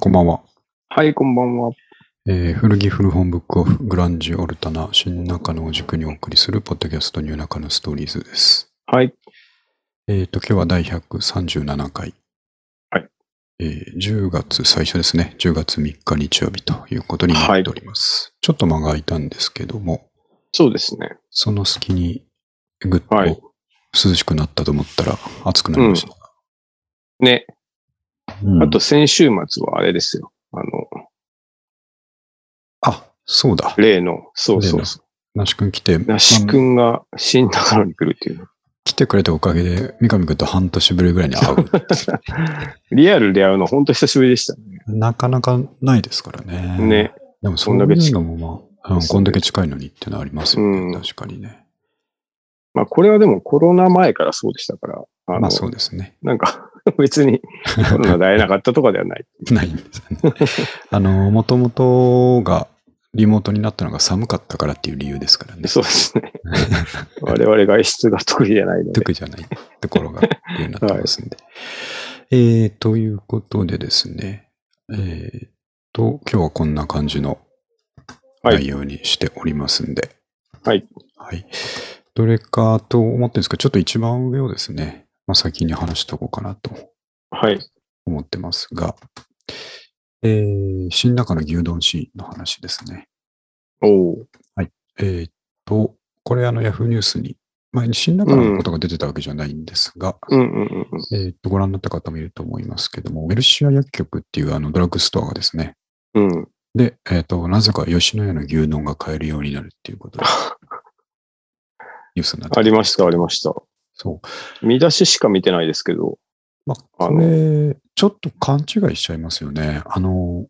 こんばんは。はい、こんばんは。えー古着古本ブックオフ、グランジオルタナ、新中野を軸にお送りするポッドキャストニューナカのストーリーズです。はい。えっ、と、今日は第137回。はい。えー10月最初ですね。10月3日日曜日ということになっております。ちょっと間が空いたんですけども、そうですね。その隙にぐっとはい涼しくなったと思ったら暑くなりました。ね。うんあと、先週末はあれですよ。あの、あ、そうだ。例の、そうそうそなし君来て、う。なし君が新中野に来るっていう。来てくれたおかげで、三上君と半年ぶりぐらいに会う。リアルで会うの本当久しぶりでしたね。 なかなかないですからね。ね。でもそういうのもまあ、うんそうですねこんだけ近いのにってのはありますよね。うん確かにね。まあ、これはでもコロナ前からそうでしたから、あの、まあそうですね。なんか、 別にコロナで会えなかったとかで はない。ないんですよね。 あの、もともとがリモートになったのが寒かったからっていう理由ですからね。そうですね。我々外出が得意じゃないので。得じゃないところが理由になってますんで。えー、ということでですね。えー、と、今日はこんな感じのはい内容にしておりますんで。はい。はい。どれかと思ってるんですけど、ちょっと一番上をですね、まあ、先に話しておこうかなとはい。思ってますが、えー、新中の牛丼シーンの話ですね。おうえーっと、これあの Yahoo ニュースに、前に新中のことが出てたわけじゃないんですが、うんうんうんうん。えーっと、ご覧になった方もいると思いますけども、ウェルシア薬局っていうあのドラッグストアがですね、うん。で、えーっと、なぜか吉野家の牛丼が買えるようになるっていうことで、ニュースになってありました、ありました。そう。見出ししか見てないですけど。まあ、あこのれ、ちょっと勘違いしちゃいますよね。あの、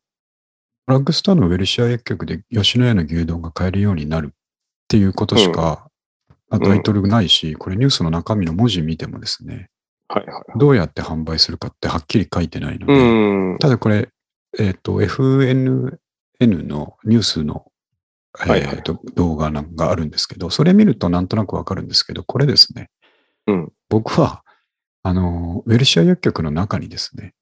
ドラッグストアのウェルシア薬局で吉野家の牛丼が買えるようになるっていうことしか、まあうんタイトルないし、これニュースの中身の文字見てもですね、はいはい。どうやって販売するかってはっきり書いてないのうで、ん。ただこれ、えっ、と、FNN のニュースの、えはいはいーと動画なんかあるんですけど、それ見るとなんとなくわかるんですけど、これですね。うん僕は、あの、ウェルシア薬局の中にですね、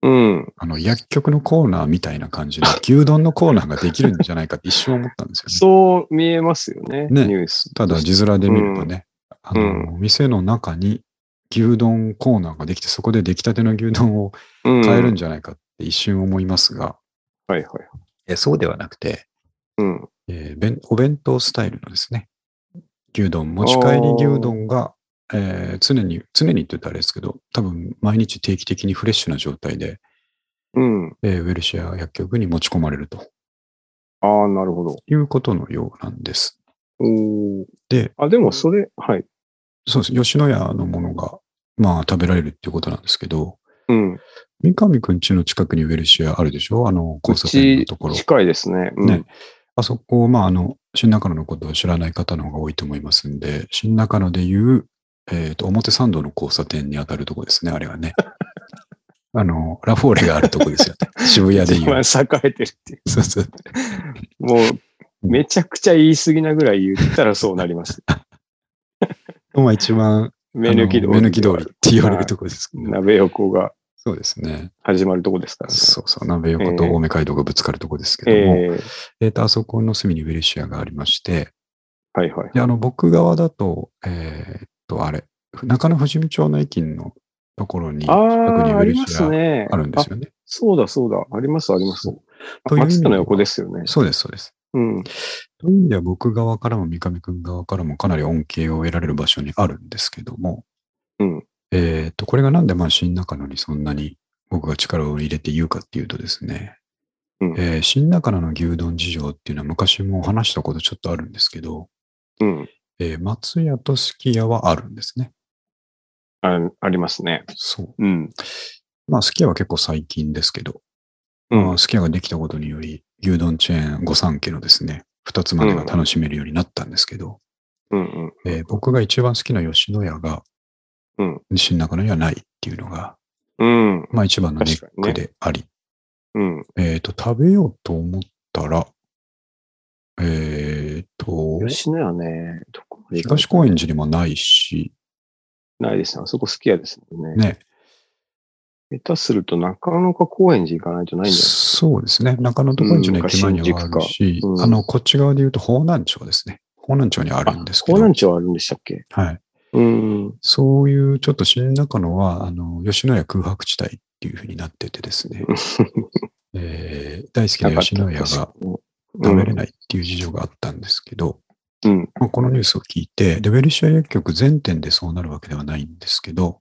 うん。あの、薬局のコーナーみたいな感 じで、牛丼のコーナーができるんじゃないかって一瞬思ったんですよね。そう見えますよね、ねニュース。ただ、字面で見るとね、うんあの、店の中に牛丼コーナーができて、そこで出来たての牛丼を変買えるんじじゃないかって一瞬思いますが、ゃはいはい。えそうではなくて、うん。えー弁お弁当スタイルのですね、牛丼、持ち帰り牛丼が、えー常に、常にって言ったらあれですけど、多分毎日定期的にフレッシュな状態で、うん。えーウェルシア薬局に持ち込まれるとああ、なるほど。いうことのようなんです。おーで、あ、でもそれ、はい。そうです。吉野家のものが、まあ食べられるっていうことなんですけど、うん。う三上くん家の近くにウェルシアあるでしょあの交差点のちところ。近いですね。うん、ねあそこ、まあ、あの、新中野のことを知らない方の方が多いと思いますんで、新中野でいう、えっ、と、表参道の交差点に当たるとこですね、あれは ね。あの、ラフォーレがあるとこですよね。渋谷で一い番う。栄えてるっていう。そうそう。もう、めちゃくちゃ言い過ぎなぐらい言ったらそうな ります。まあ、一番、目抜き通り。あの目抜き通りって言われるとこですけど、鍋横がそうですね。始まるとこですからね。そうそう。鍋横とええ青梅街道がぶつかるとこですけども、えっ、ええと、あそこの隅にウェルシアがありまして、はいはい。で、あの、僕側だと、えーっと、あれ、中野富士見町の駅のところに、あ近くにあ、ウあェりルますシアね。あるんですよね。そうだそうだ。ありますあります。そうあという意味松で田の横ですよね。そうです、そうです。うん。という意味では僕側からも三上君側からもかなり恩恵を得られる場所にあるんですけども、うんえーっと、これがなんでまあ新中野にそんなに僕が力を入れて言うかっていうとですね、うんえー新中野の牛丼事情っていうのは昔も話したことちょっとあるんですけど、うん。えー松屋とすき家はあるんですね。あありますね。そう。うん。まあ、すき家は結構最近ですけど、うんまあ、すき家ができたことにより、牛丼チェーン御三家のですね、二つまでが楽しめるようになったんですけど、うんうん。えー僕が一番好きな吉野家が、うん新中野にはないっていうのが、うん。まあ一番のネッ確かクにであり、うん。えっ、と、食べようと思ったら、えっ、と、吉野家ね、どこまで行か東高円寺にもないし、ないですね。あそこ好きやですもんね。ね、下手すると中野か高円寺行かないとないんじゃないそうですね。中野と高円寺の駅前にはあるし、うんか新宿かうんあの、こっち側で言うと方南町ですね。方南町にあるんですけ港ど、南町あるんでしたっけはい。うん。そういうちょっと新中野は、あの、吉野家空白地帯っていうふうになっててです ね、えー大好きな吉野家が食べれい。ないっていう事情があったんですけど、うん。まあ、このニュースを聞いて、レベルシア薬局全店でそうなるわけではないんですけど、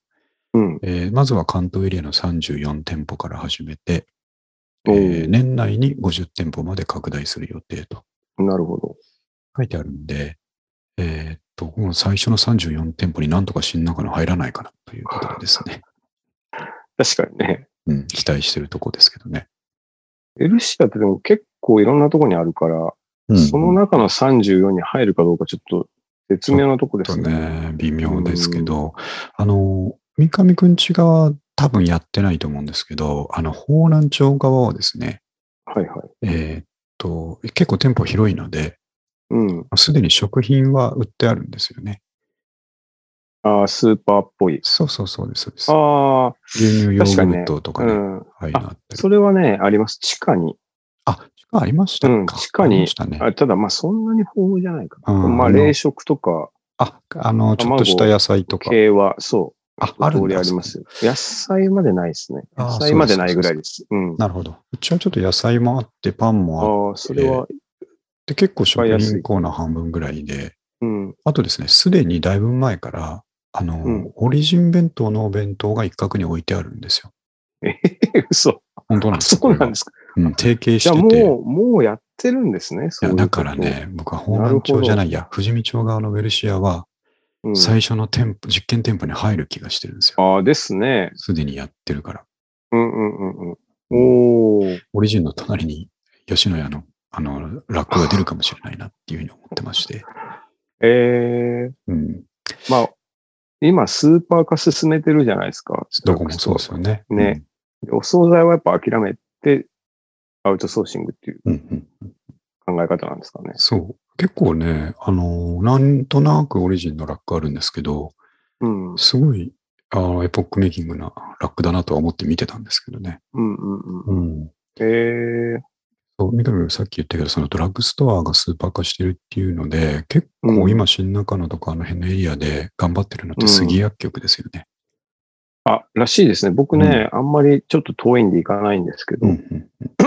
うん。えーまずは関東エリアの34店舗から始めて、えおーー年内に50店舗まで拡大する予定となるほど。書いてあるんで、えーっと、この最初の34店舗になんとか新中野入らないかなということでですね、確かにね。うん、期待してるとこですけどね。エルシアってでも結構いろんなとこにあるから、うんその中の34に入るかどうかちょっと絶妙なとこでちょっすとね。ね、微妙ですけど、あの、三上くんち側多分やってないと思うんですけど、あの、方南町側はですね、はいはい。えーっと、結構店舗広いので、うん。すでに食品は売ってあるんですよね。ああ、スーパーっぽい。そうそうそうです、そうです。ああ、牛乳ヨ確かーにグねルトとかうね、ん。はい、なってるそれはね、あります。地下に。あ、地下ありましたか、うん地下にありましたね。あただまあそんなに豊富じゃないかな。うんまあ冷食とか、あ、あの、ちょっとした野菜とか。系は、そう。あ、ある通んりだありますよ。野菜までないですね。あー野菜までないぐらいです。うん。なるほど。うちはちょっと野菜もあって、パンもあっああ、それは、て、結構食買いやす品いコーナー半分ぐらいで、うん。あとですね、すでにだいぶ前から、あの、うんオリジン弁当のお弁当が一角に置いてあるんですよ。嘘。本当なんあ、ですよ。そうなんですすか。これはうん、提携じゃあしてて。もう、もうやってるんですね。いそういや、うだからね、僕は方南町じゃないや、富士見町側のウェルシアは、こと。うん最初の店舗、実験店舗に入る気がしてるんですよ。ああ、ですね。すでにやってるから。うんうんうんうん。おー。オリジンの隣に吉野家のあのラックが出るかもしれないなっていうふうに思ってまして。ええうん。まあ、今、スーパー化進めてるじゃないですか。どこもそうですよね。ねでお惣菜はやっぱ諦めて、アウトソーシングっていううん。うんうん。考え方なんですかね。そう。結構ね、あの、なんとなくオリジンのラックあるんですけど、うん。うんすごい、あのエポックメイキングなラックだなとは思って見てたんですけどね。うんうん。ん。ええそう、三上さんさっき言ったけど、そのドラッグストアがスーパー化してるっていうので、結構今、新中野とかあの辺のエリアで頑張ってるのって杉薬局ですよね。あ、らしいですね。僕ね、あんまりちょっと遠いんで行かないんですけど、うんう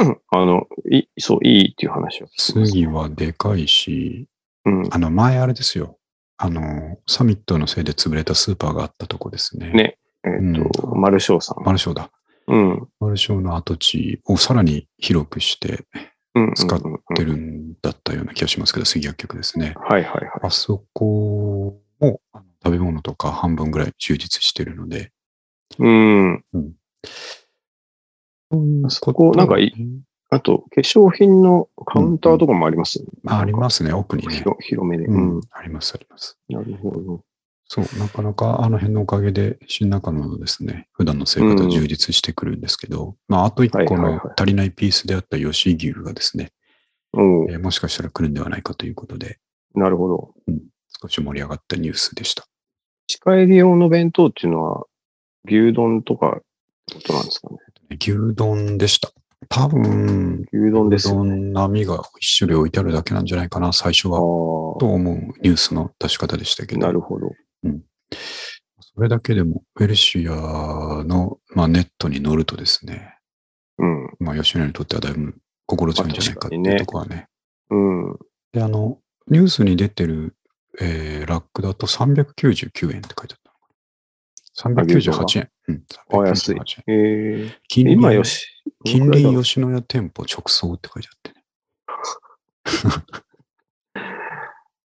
ん。あの、いそう、いいっていう話を聞きます。杉はでかいし、うん。あの、前あれですよ。あの、サミットのせいで潰れたスーパーがあったとこですね。ねえっ、と、うん丸翔さん。マルショーだ。うん。うんマルショーの跡地をさらに広くしてうんうん。使ってるんだったような気がしますけど、杉薬局ですね。はいはいはい。あそこもあの食べ物とか半分ぐらい充実してるので。うん。そこなんかいあと、化粧品のカウンターとかもありますよね。あありますね、奥にね。広広めで。ううんん。、あります、あります。なるほど。そう、なかなかあの辺のおかげで、新中野のですね、普段の生活は充実してくるんですけど、まあ、あと一個はいはいのはい足りないピースであった吉井牛がですね、おーえーもしかしたら来るんではないかということで、なるほど。少し盛り上がったニュースでした。仕返り用の弁当っていうのは、牛丼とか、ことなんですかね。牛丼でした。多分、牛丼で牛すよね。丼並みが一種類置いてあるだけなんじゃないかな、最初あは。とあ思うニュースの出し方でしたけー、どな、るほど。それだけでも、ウェルシアの、まあ、ネットに乗るとですね、うん。まあ、吉野家にとってはだいぶ心強いんじゃないかっていうところはね、うん。で、あの、ニュースに出てる、えーラックだと399円って書いてあったのかな。398円。うん、あ安い398円。えー、近隣今よし。近隣吉野家店舗直送って書いてあってね。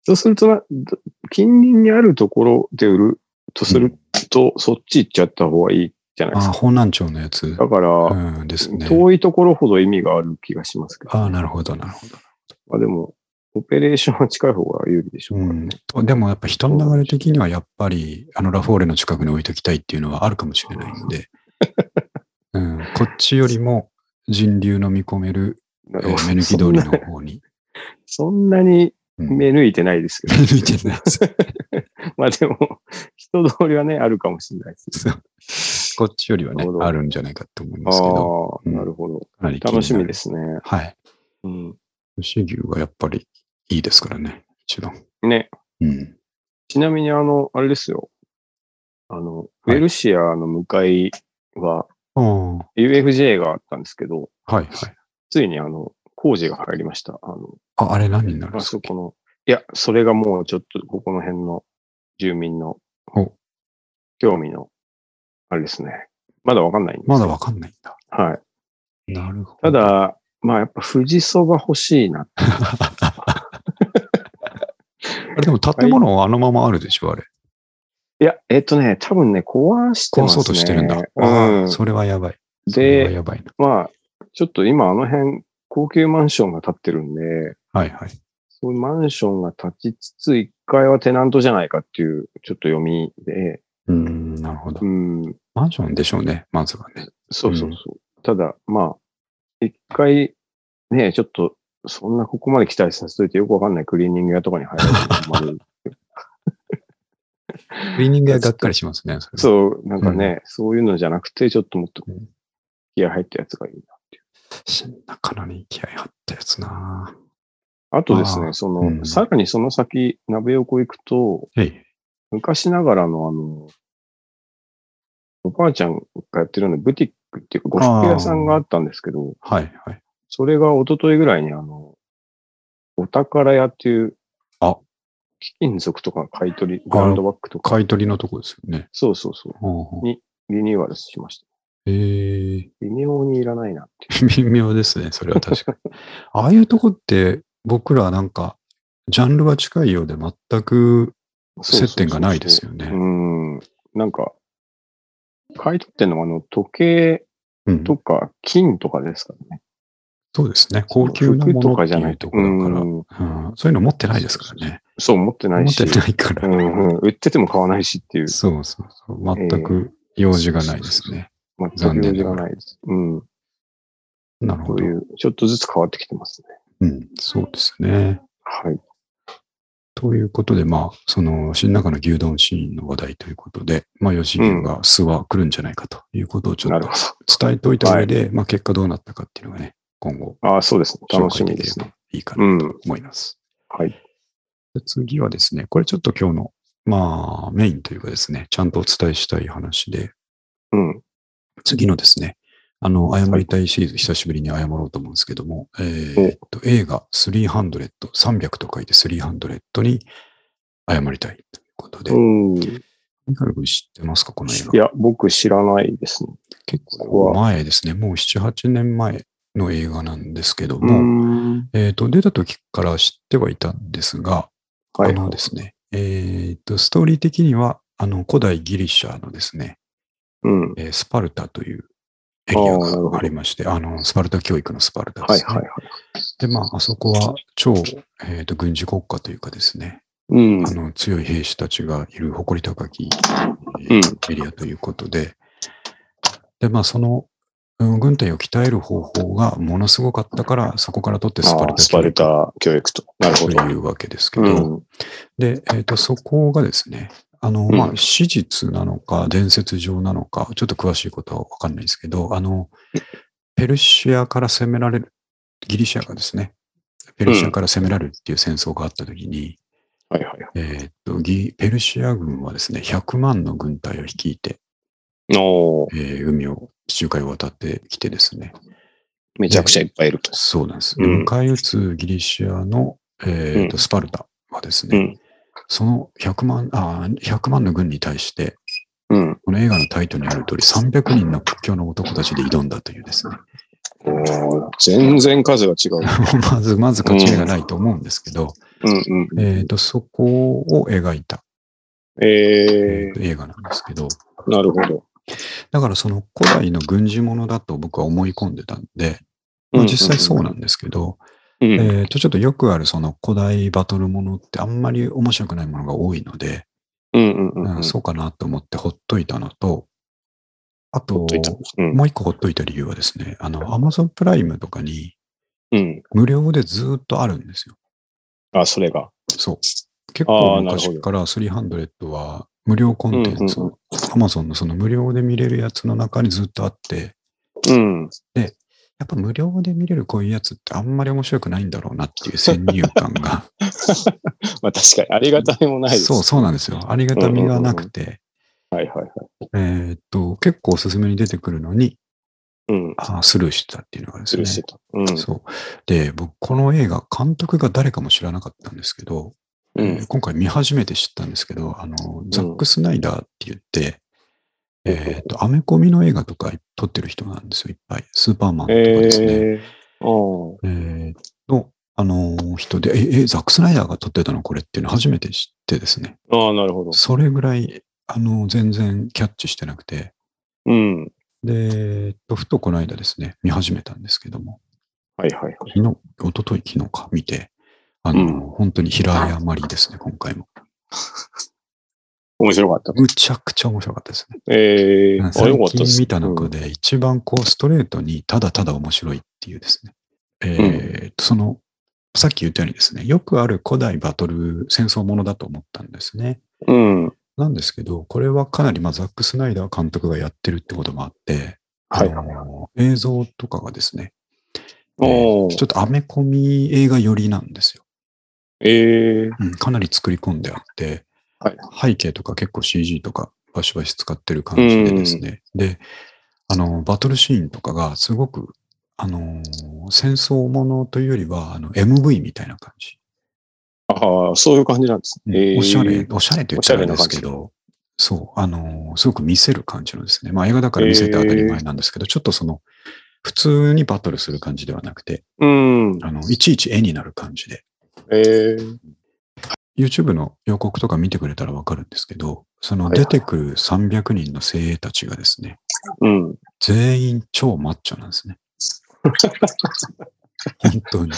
そうするとな、ど近隣にあるところで売るとすると、そっち行っちゃった方がいいじゃないであすあ、か。方南町のやつ。だから、うんですね。遠いところほど意味がある気がしますけど。ああ、なるほど、なるほど。まあでも、オペレーションは近い方が有利でしょうからね。うん、でもやっぱ人の流れ的にはやっぱりあのラフォーレの近くに置いときたいっていうのはあるかもしれないの で、うん、こっちよりも人流の見込める、なえるーほど目抜き通りの方に。そんなにうん目抜いてないですけど。見抜い てないです。まあでも、人通りはね、あるかもしれないです。こっちよりはなねるほ、どあるんじゃないかと思いあますけど、あ、うんなるほど。かなり気になる楽しみで。すね。はい。うん。牛牛がやっぱりいいですからね、一番。ね。うん。ちなみに、あの、あれですよ。あの、ウェルシアの向かいは、ああ、は UFJ があったんですけど、いはい。ついにあの、工事が入りました。あの、あ、あれ何になるんあですそかこの、いや、それがもうちょっと、ここの辺の住民のお、興味の、あれですね。まだわかんないんですまだわかんないんだ。はい。なるほた、だ、まあやっぱ富士そば欲しいな。あれでも建物はあのままあるでしょ、あれ。いや、えっとね、多分ね、壊して壊ますね。そうとしてるんだ。あうあ、ん。それはやばい。それはで、やばいな。まあ、ちょっと今あの辺、高級マンションが建ってるんで、はいはい。そういうマンションが建ちつつ、1階はテナントじゃないかっていう、ちょっと読みで、うーん、なるほどう。ん、マンションでしょうね、まずはね。そうそうそう。ただ、まあ、一回、ね、ちょっと、そんなここまで期待させといてよくわかんないクリーニング屋とかに入られても困 るクリーニング屋がっかりしますね、それう。そう、なんかね、そういうのじゃなくて、ちょっともっとうん気合入ったやつがいい新中野に気合入ったやつなな。あとですあーね、その、うんさらにその先、鍋横行くと、ぁ。はい。昔ながらのあの、おばあちゃんがやってるようなブティックっていうか、呉服屋さんがあったんですけど、はい、はい。それが一昨日ぐらいにあの、お宝屋っていう、あ貴金属とか買い取り、ブランドバッグとか、買い取りのとこですよね。そうそうそう、ほうほうリニューアルしました。えー、微妙にいらないなっていう。 微妙ですね、それは確 かに。ああいうとこって、僕らなんか、ジャンルは近いようで全く接点がないですよね。そうそうそううん。なんか、買い取ってんのはあの、時計うんとか金とかですからね。そうですね。高級なも服とのかってじゃいなういとところだから、うんうんそういうの持ってないですからね。そう、持ってない持っし。てないから。うんうん。売ってても買わないしっていう。そうそうそう。全く用事がないですね。全く用事がないです。うん。なるこほうどい。う、ちょっとずつ変わってきてますね。うん、そうですね。はい。ということで、まあ、その、新中の牛丼シーンの話題ということで、まあ、吉牛が諏訪来るんじゃないかということをちょなっるとほど。伝えておいた上で、まあ、結果どうなったかっていうのがね、今後、ああ、そうですね。紹楽し介みでできすれね。ばいいかう。なんと思います。はい。で次はですね、これちょっと今日の、まあ、メインというかですね、ちゃんとお伝えしたい話で、うん。次のですね、あの、謝りたいシリーズ、久しぶりに謝ろうと思うんですけども、えーっと、映画300、300と書いて300に謝りたいということで、うん。ミカル君知ってますかこの映画。いや、僕知らないですね。結こ構こ前ですね。もう7、8年前の映画なんですけどうーも、ん。えっ、と、出た時から知ってはいたんですが、はあい。のですね、えっ、と、ストーリー的には、あの、古代ギリシャのですね、うん。はいえースパルタというエリアあーなるほがどありまして、あの、スパルタ教育のスパルタではいすね。はい。で、まあ、あそこは超、えっ、と、軍事国家というかですね、うんあ。の強い兵士たちがいる誇り高き、えうんーエリアということで、で、まあ、その、うん軍隊を鍛える方法がものすごかったから、そこから取ってスパルああタスパル教タ教育と。なるほ育どとい。うわけですけうど、ん。で、えっ、と、そこがですね、あの、まうあ、ん史実なのか、伝説上なのか、ちょっと詳しいことはわかんないですけど、あの、ペルシアから攻められる、ギリシアがですね、ペルシアから攻められるっていう戦争があったときに、はいはい。えーっとギペルシア軍はですね、100万の軍隊を率いて、おーえー海を、地中海を渡ってきてですね、めちゃくちゃいっぱいいると。そうなんです。うん迎え撃つギリシアの、えーっとうんスパルタはですうね、ん。その100万あー、100万の軍に対して、うん。この映画のタイトルにある通り、300人の屈強の男たちで挑んだというですね、 おー全然数が違う。まずまず勝ち目がないと思うんですけど、うんうん。えーっとそこを描いた、えーえっと映画なんですけど、ー、なるほど。だからその古代の軍事ものだと僕は思い込んでたんで、まあ、実際そうなんですけど、うん。うんえっと、ちょっとよくあるその古代バトルものってあんまり面白くないものが多いので、うんうんううんん。そうかなと思ってほっといたのと、あと、といたうんもう一個ほっといた理由はですね、あの、アマゾンプライムとかにうん。無料でずっとあるんですよ。あ、それが。そう。結あ構ーなるほど昔から300は無料コンテンツうんうを、アマゾンのその無料で見れるやつの中にずっとあって、うん。やっぱ無料で見れるこういうやつってあんまり面白くないんだろうなっていう先入観が。まあ確かに、ありがたみも ないです。そう、そうなんですよ。ありがたみがなくて、はいはいはい。えーっと、結構おすすめに出てくるのに、うん。あースルーしてたっていうのがですすねる。してた。うん。そう。で、僕、この映画、監督が誰かも知らなかったんですけど、うえーん。今回見始めて知ったんですけど、あの、ザック・スナイダーって言って、うんえーっと、アメコミの映画とか撮ってる人なんですよ、いっぱい。スーパーマンとかですね。えー。あえーの、あのー人で、え、え、ザック・スナイダーが撮ってたのこれっていうの初めて知ってですね。あ。ああ、なるほど。それぐらい、あのー全然キャッチしてなくて。うん。で、えっとふとこの間ですね、見始めたんですけども、はいはいはい。昨日、一昨日昨日か、見て、あのーうん本当に平山りですね、今回も。面白かった。むちゃくちゃ面白かったですね。ええー。あ、最よかったです。近見た中で。で一番こうストレートにただただ面白いっていうですね。えーとその、さっき言ったようにですね、よくある古代バトル戦争ものだと思ったんですね。うん。はいなんですけど、これはかなり、まあ、ザック・スナイダー監督がやってるってこともあって、はいあはい。の映像とかがですね、えおーーちょっとアメコミ映画寄りなんですよ、ええー。うん。かなり作り込んであって、はい背景とか結構 CG とかバシバシ使ってる感じでですね、であの、バトルシーンとかがすごく、あの戦争ものというよりは、あの MV みたいな感じ。ああ、そういう感じなんですうんね。えーおしゃれ、おしゃれと言ったらあれですけど、そう、あのー、すごく見せる感じのですね。まあ映画だから見せて当たり前なんですけど、ちょっとその、普通にバトルする感じではなくて、うん。あの、いちいち絵になる感じで、ええー。 YouTube の予告とか見てくれたらわかるんですけど、そのはいはい出てくる300人の精鋭たちがですね、うん。全員超マッチョなんで すね。本当に。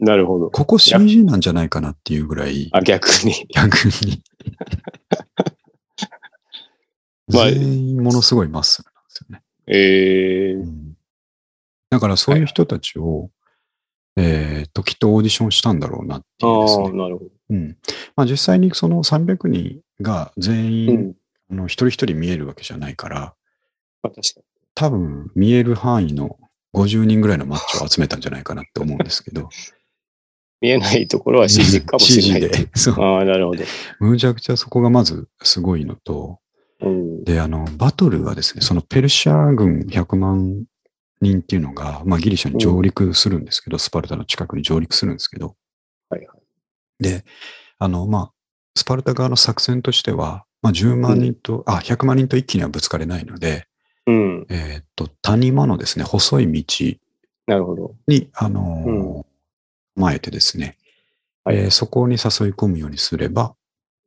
なるほど。ここ CG なんじゃないかなっていうぐらい、あ、逆に。逆に。 まあ全員ものすごいマッスルなんですよね。ええー。だからそういう人たちを、えーっと、きっとオーディションしたんだろうなっていうですああ、ね。なるほど。うん。まあ実際にその300人が全う員、ん。あの一人一人見えるわけじゃないから、まあ確か多分見える範囲の50人ぐらいのマッチョを集めたんじゃないかなって思うんですけ ど。に見えないところは CG かもし れない。 CG で。 そう。ああ、なるほど。むちゃくちゃそこがまずすごいのと、うん。で、あの、バトルはですね、そのペルシャ軍100万人っていうのが、まあギリシャに上陸するんですけど、スパルタの近くに上陸するんですけど、はいはで、あの、まあ、スパルタ側の作戦としては、まあ10万人と、あ、100万人と一気にはぶつかれないので、うん。えーっと、谷間のですね、細い道なるほど。に、あのーう構えてですね、はいえーそこに誘い込むようにすれば、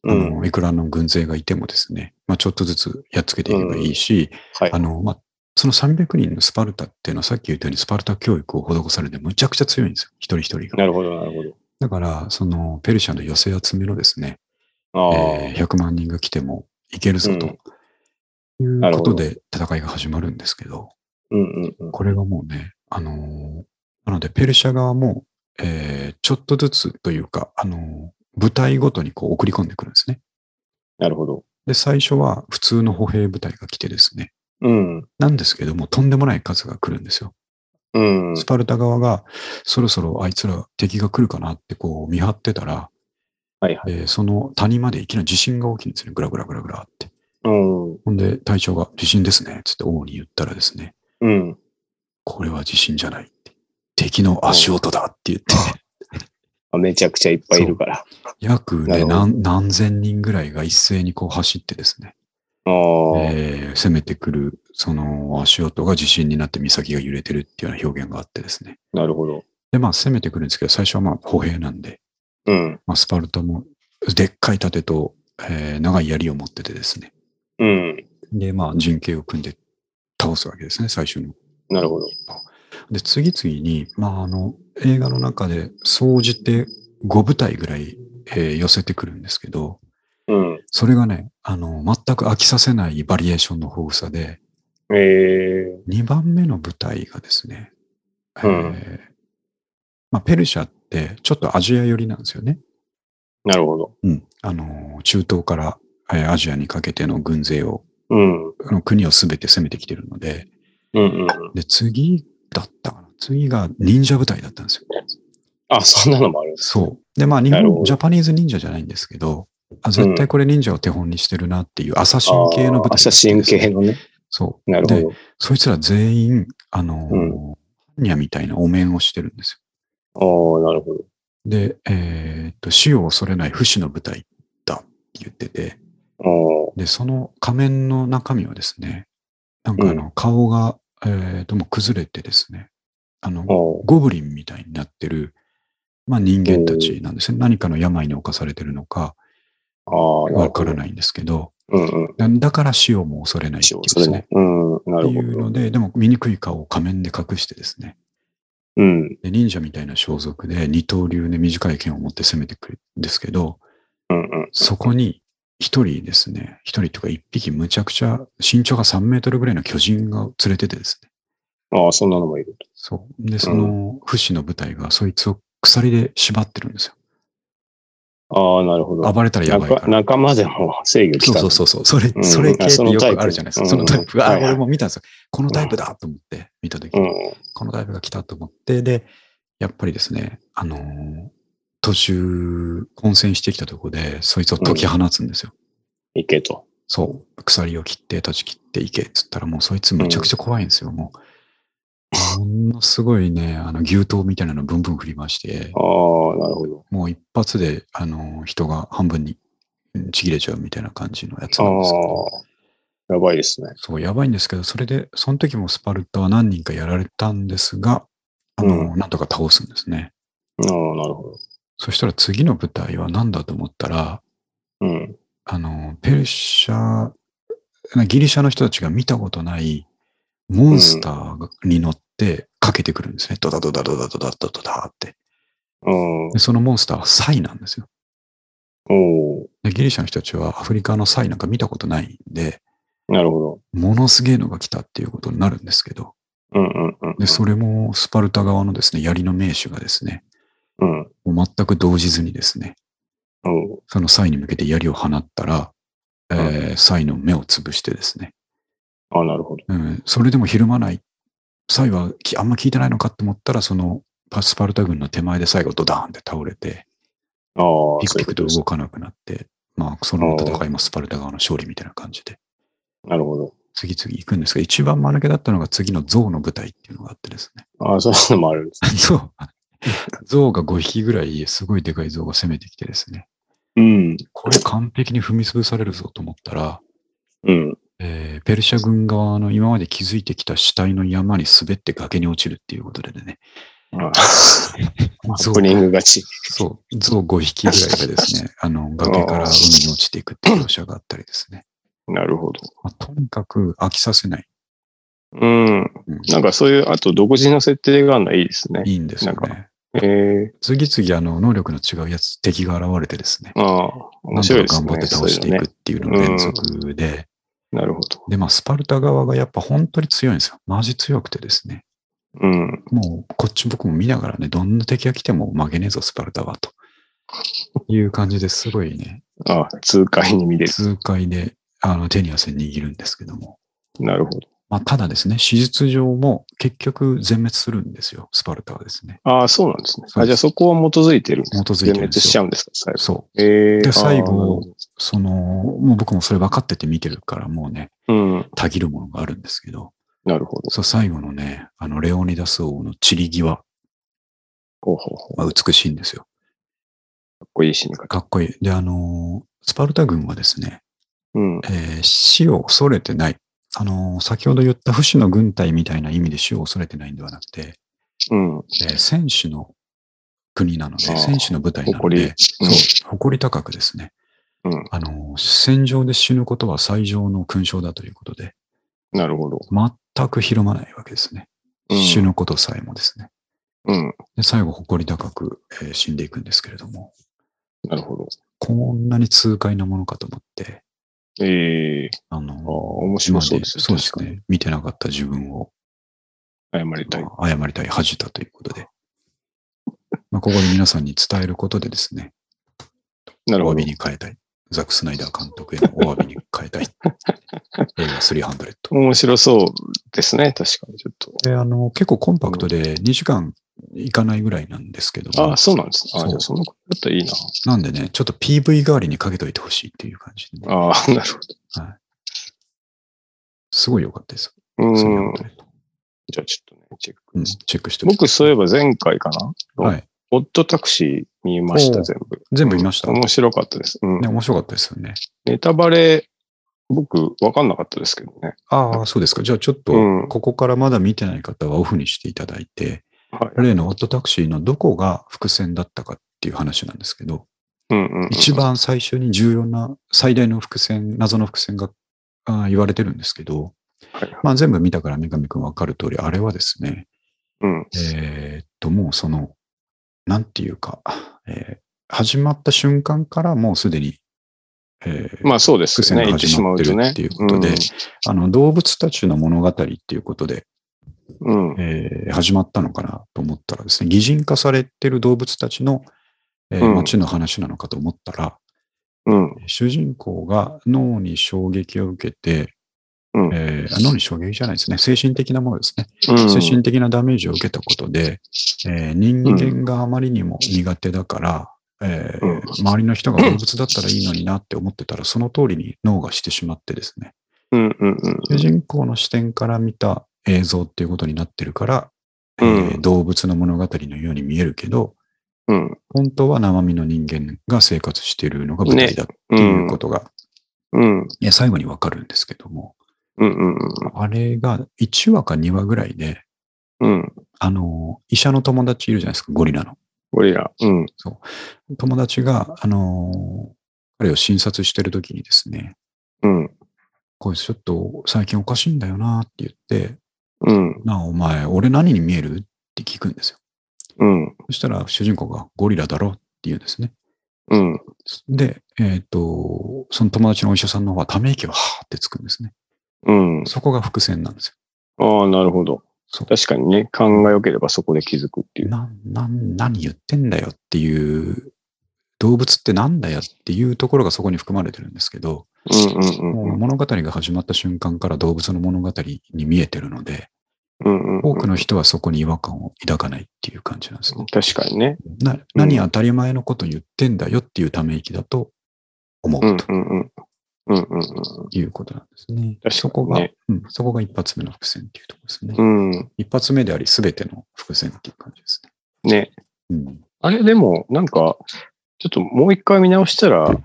うあのん。いくらの軍勢がいてもですね、まあ、ちょっとずつやっつけていけばいいし、はいあ。のまあ、その300人のスパルタっていうのはさっき言ったようにスパルタ教育を施されてむちゃくちゃ強いんですよ、一人一人が。なるほど、なるほど。だから、そのペルシャの寄せ集めのですね、ああ、えー100万人が来てもいけるぞと、いうなるこほとどで戦いが始まるんですけど、うんうんうん。これがもうね、あのーなのでペルシャ側も、えーちょっとずつというか、あのー部隊ごとにこう送り込んでくるんですね。なるほど。で、最初は普通の歩兵部隊が来てですね。うん。なんですけども、とんでもない数が来るんですよ。うん。スパルタ側が、そろそろあいつら敵が来るかなってこう見張ってたら、はいはい。えーその谷までいきなり地震が起きるんですね。ぐらぐらぐらぐらって。うん。ほんで、隊長が地震ですね。つって王に言ったらですね、うん。これは地震じゃないって。敵の足音だって言って、あめちゃくちゃいっぱいいるから。約なねるほど何、何千人ぐらいが一斉にこう走ってですね、ああ、えー攻めてくる、その足音が地震になって岬が揺れてるっていうような表現があってですね。なるほど。で、まあ攻めてくるんですけど、最初はまあ歩兵なんで、うん。まあ、スパルタもでっかい盾と、えー長い槍を持っててですね。うん。で、まあ陣形を組んで倒すわけですね、最初の。なるほど。で、次々に、まああの、映画の中で総じて5部隊ぐらい、えー寄せてくるんですけど、うん。それがね、あの、全く飽きさせないバリエーションの豊富さで、ええ2番目の部隊がですね、えーうんまあ、ペルシャってちょっとアジア寄りなんですよね。なるほど。うん、あのー中東からえーアジアにかけての軍勢を、うん。うんあの国をすべて攻めてきてるので、うん。で、次だったかな。次が忍者部隊だったんですよ。あ、そんなのもあるんです。そう。で、まあ、日なるほ本、どジャパニーズ忍者じゃないんですけど、あ絶対これ忍者を手本にしてるなっていう、アサシン系の部隊、あーアサシン系。のね。そう。なるほで、ど。そいつら全員、あのー、うんハンニャみたいなお面をしてるんですああ、なるほど。よ。で、えーっと、死を恐れない不死の部隊だって言ってて、あで、その仮面の中身はですね、なんかあの、顔が、えーっと、もう崩れてですね、あの、あ、あゴブリンみたいになってる、まあ人間たちなんですね。何かの病に侵されてるのか、あ、ああ、わからい。ないんですけど、うんうん。だだから死をも恐れないっていうそでれすねね。。うん、なってるいほうどの。で、でも醜い顔を仮面で隠してですね、うん。で忍者みたいな装束で二刀流で短い剣を持って攻めてくるんですけど、うんうん。そこに一人ですね、一人というか一匹むちゃくちゃ身長が3メートルぐらいの巨人が連れててですね、ああ、そんなのもいる。そう。で、その不死の部隊がそいつを鎖で縛ってるんですああ、なるほよ。ど。暴れたらやばいか仲ら。仲間でも制御来そうた。そうそううそう。それ、うんそれ系ってよくあるじゃないですか。そそののタタイイプ。プああ、うん俺も見たんですよ。このタイプだと思って見たときに、ん。このタイプが来たと思って、で、やっぱりですね、あのー途中、混戦してきたとこで、そいつを解き放つんですよ。いけと。そう。鎖を切って、断ち切っていけ、っつったら、もうそいつめちゃくちゃ怖いんですよ、もう。ものすごいね、あの、牛刀みたいなのブンブン振りましてあ、あ、なるほど。もう一発で、あのー人が半分にうんちぎれちゃうみたいな感じのやつなんですけど。ああ、やばいですね。そう、やばいんですけど、それで、その時もスパルタは何人かやられたんですが、あの、なんとか倒すんですね。ああ、なるほど。そしたら次の舞台は何だと思ったら、うん。あの、ペルシャ、ギリシャの人たちが見たことないモンスターに乗ってかけてくるんですね。ドダドダドダドダドダダって。うん。でそのモンスターはサイなんですよおおでギリシャの人たちはアフリカのサイなんか見たことないんで、なるほものすげえのが来たっていうことになるんですけど、ど。うんうんうん。で、それもスパルタ側のですね、槍の名手がですね、うん。うん。もう全く動じずにですね、そのサイに向けて槍を放ったら、えーサイの目を潰してですね、ああ、なるほど。うん、それでもひるまない、サイはきあんま聞いてないのかと思ったら、そのパスパルタ軍の手前で最後ドダーンって倒れて、ああ、ピクそうピいうこクととです動。かなくなって、まあ、その戦いもスパルタ側の勝利みたいな感じで、なるほど。次々行くんですが、一番間抜けだったのが次の象の舞台っていうのがあってです ね、ああ、そういうのもあるんです。象、象が5匹ぐらい、すごいでかい象が攻めてきてですね、うん。これ完璧に踏み潰されるぞと思ったら、うん。えーペルシャ軍側の今まで築いてきた死体の山に滑って崖に落ちるっていうことでね、ああハ象プニング勝ち。そう、象5匹ぐらいがです ね、あの、崖から海に落ちていくっていう描写があったりです ね。なるほど。まあとにかく飽きさせない。うん。うんなんかそういう、あと独自の設定があるのはいいですね。いいんですよなね。ええ次々、あの、能力の違うやつ、敵が現れてですね。ああ、面白いですね。なんとか頑張って倒していそううのくねっていうのの連続で。なるほど。で、まあ、スパルタ側がやっぱ本当に強いんですよ。マジ強くてですね。うん。もう、こっち僕も見ながらね、どんな敵が来ても負けねえぞ、スパルタは、という感じですごいね、ああ、痛快に見れる。痛快で、あの、手に汗握るんですけども。なるほど。まあ、ただですね、史実上も結局全滅するんですよ、スパルタはですね。ああ、そうなんですね。そうあ、ですじゃあそこは基づいてるんです基づいてるん全ですよ滅しちゃうんですか、最後。そええで最後ああなるほどう。その、もう僕もそれ分かってて見てるから、もうね、うん。たぎるものがあるんですけど、なるほど。そう、最後のね、あの、レオニダス王の散り際、ほうほうほう。まあ、美しいんですよ。かっこいい死に方。かっこいい。で、あのースパルタ軍はですね、うん。えー死を恐れてない。あのー先ほど言った不死の軍隊みたいな意味で死を恐れてないんではなくて、うん。えー戦士の国なので、あー戦士の部隊なの誇りで、。そう、誇り高くですね、うんあのー戦場で死ぬことは最上の勲章だということで、うん。なるほど。全くひるまないわけですね。うん死ぬことさえもですね。うん。で最後、誇り高く、えー死んでいくんですけれども、なるほど。こんなに痛快なものかと思って、ええあああ、の、面白そうですね。そうですね。見てなかった自分を確かに。謝りたい。まあ謝りたい、恥じたということで。まあ、ここで皆さんに伝えることでですね、なるお詫ほどび。に変えたいザック・スナイダー監督へのお詫びに変え たい。映画300。面白そうですね。確かに、ちょっと。であの結構コンパクトで2時間いかないぐらいなんですけどもああ、そうなんですね。あそあ、うじゃあそのことだったらいいな。なんでね、ちょっと PV 代わりにかけといてほしいっていう感じでね、あ あ、なるほすごい良かったです。ど。うそんの。じゃあちょっとね、チェッうクん、です。チェックしておき僕、そういえば前回かなはい。オッドタクシー見ました、おー全部。全部見ました。ね、面白かったです。うん。面白かったですよね。ネタバレ、僕、わかんなかったですけどね。ああ、そうですか。じゃあちょっとうん、ここからまだ見てない方はオフにしていただいて、はい。例のオットタクシーのどこが伏線だったかっていう話なんですけど、うんうんうん。一番最初に重要な最大の伏線、謎の伏線があー言われてるんですけど、はい。まあ、全部見たから三上くんわかる通り、あれはですね、うん。えーっと、もうその、なんていうか、えー始まった瞬間からもうすでに、えーまあそうですね。言伏線がってし始ままってるうとね。っていうことであの動物たちの物語っていうことで、うん。うん。えー始まったのかなと思ったらですね、擬人化されてる動物たちの、えーうん街の話なのかと思ったら、うん。主人公が脳に衝撃を受けて、うんえーあ脳に衝撃じゃないですね、精神的なものですね。うん精神的なダメージを受けたことで、えー人間があまりにも苦手だから、えーうん周りの人が動物だったらいいのになって思ってたら、その通りに脳がしてしまってですね、うんうんう主ん。人公の視点から見た映像っていうことになってるから、えーうん動物の物語のように見えるけど、うん。本当は生身の人間が生活しているのが舞台だってういうこん。とが、うん。いや最後にわかるんですけども、うんうんあれが1話か2話ぐらいで、うん。うん。あの、医者の友達いるじゃないですか、ゴリラの。ゴリラ。うん。友達が、あのー彼を診察してる時にですね、うん。こいつちょっと最近おかしいんだよなって言って、うん。なあお前、俺何に見えるって聞くんですよ。うん。そしたら主人公がゴリラだろって言うんですね。うん。で、えっ、と、その友達のお医者さんの方はため息をはーってつくんですね。うん。そこが伏線なんですよ。ああ、なるほど。そう確かにね、勘が良ければそこで気づくっていう。な、な、何言ってんだよっていう、動物ってなんだよっていうところがそこに含まれてるんですけど、うんうんもう。うん物語が始まった瞬間から動物の物語に見えてるので、うんうんうん多くの人はそこに違和感を抱かないっていう感じなんですね。確かにね。な何当たり前のこと言ってんだよっていうため息だと思うんううとんうん。うんうんいうことなんですね。かにねそこが、うん、そこが一発目の伏線っていうところですね。うん。うん。一発目であり全ての伏線っていう感じですね。ね。うん、あれ、でも、なんか、ちょっともう一回見直したらはい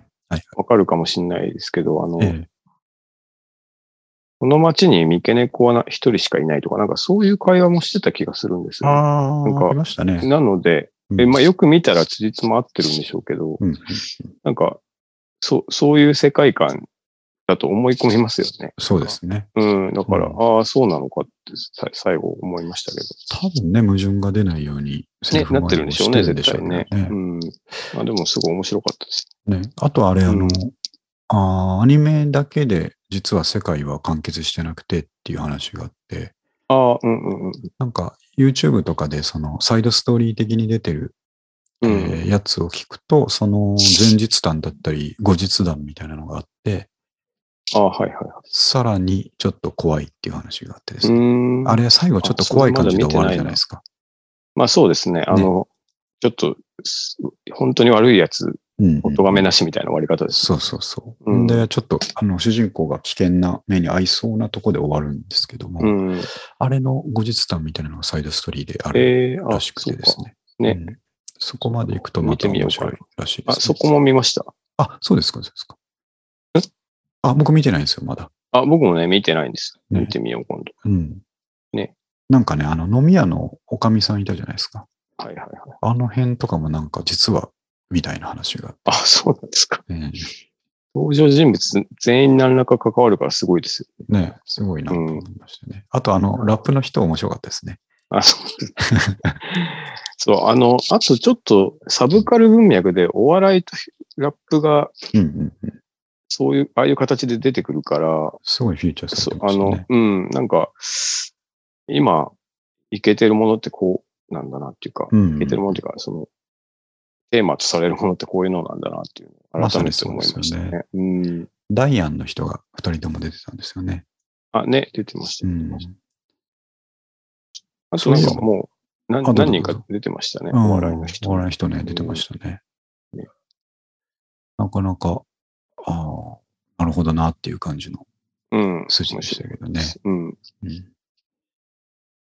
わかるかもしれないですけど、あの、ええこの街に三毛猫はな一人しかいないとか、なんかそういう会話もしてた気がするんですよ、あなんかあ、ありましたね。なので、うんえまあ、よく見たら辻褄合ってるんでしょうけど、うん、なんか、そう、そういう世界観だと思い込みますよね。そうですね。うん、だから、うああ、そうなのかってさ最後思いましたけど。多分ね、矛盾が出ないようにセリね、フなもってるんでしょうね、してる絶対ね。ねうん。まあでもすごい面白かったです。ね、あとあれ、あうのん、あーアニメだけで実は世界は完結してなくてっていう話があって、ああ、うんうんうん。なんか YouTube とかでそのサイドストーリー的に出てる、うえん。ーやつを聞くと、その前日談だったり後日談みたいなのがあって、ああ、はいはいはさらにちょっと怖いっていう話があってでい。すうね。ん。あれ最後ちょっと怖い感じで終わるじゃないですか。まあそうですね。あの、ちょっと、す本当に悪いやつ、うん、うおん咎めなしみたいな終わり方です。そうそうそう。うんで、ちょっとあの主人公が危険な目に遭いそうなとこで終わるんですけども、うん。あれの後日談みたいなのがサイドストーリーであるええー、らあ、しくてそうでかす。ね。そうかうんそこまで行くとまた面白いらしいであ、す、ね。そこも見ました。あ、そうですか、そうですか。あ、僕見てないんですよ、まだ。あ、僕もね、見てないんです。ね見てみよう、今度。うん。ね。なんかね、あの、飲み屋のおかみさんいたじゃないですか。はいはいはい。あの辺とかもなんか実は、みたいな話が。あ、そうなんですか。うん登場人物全員何らか関わるからすごいですよ。ね、すごいなと思いましたね。あと、あの、ラップの人面白かったですね。あ、そうです。 そう、あの、あとちょっとサブカル文脈でお笑いとラップがうんうんうん。そういう、ああいう形で出てくるから、すごいフィーチャーさそれてうまあしたのね、。うん、なんか、今、いけてるものってこうなんだなっていうか、うんいけてるものっていうか、その、テーマとされるものってこういうのなんだなっていうのを改めて思いましたまさにそうでね。すよねうん。ダイアンの人が2人とも出てたんですよね。あ、ね、出てました。う出てまんした。あとなんかもう、何あどうぞ何人か出てましたね。うんお笑いの人。お笑いの人ね、出てましたねね。なかなか、ああ、なるほどなっていう感じのうん。筋でしたけどね。うん。うん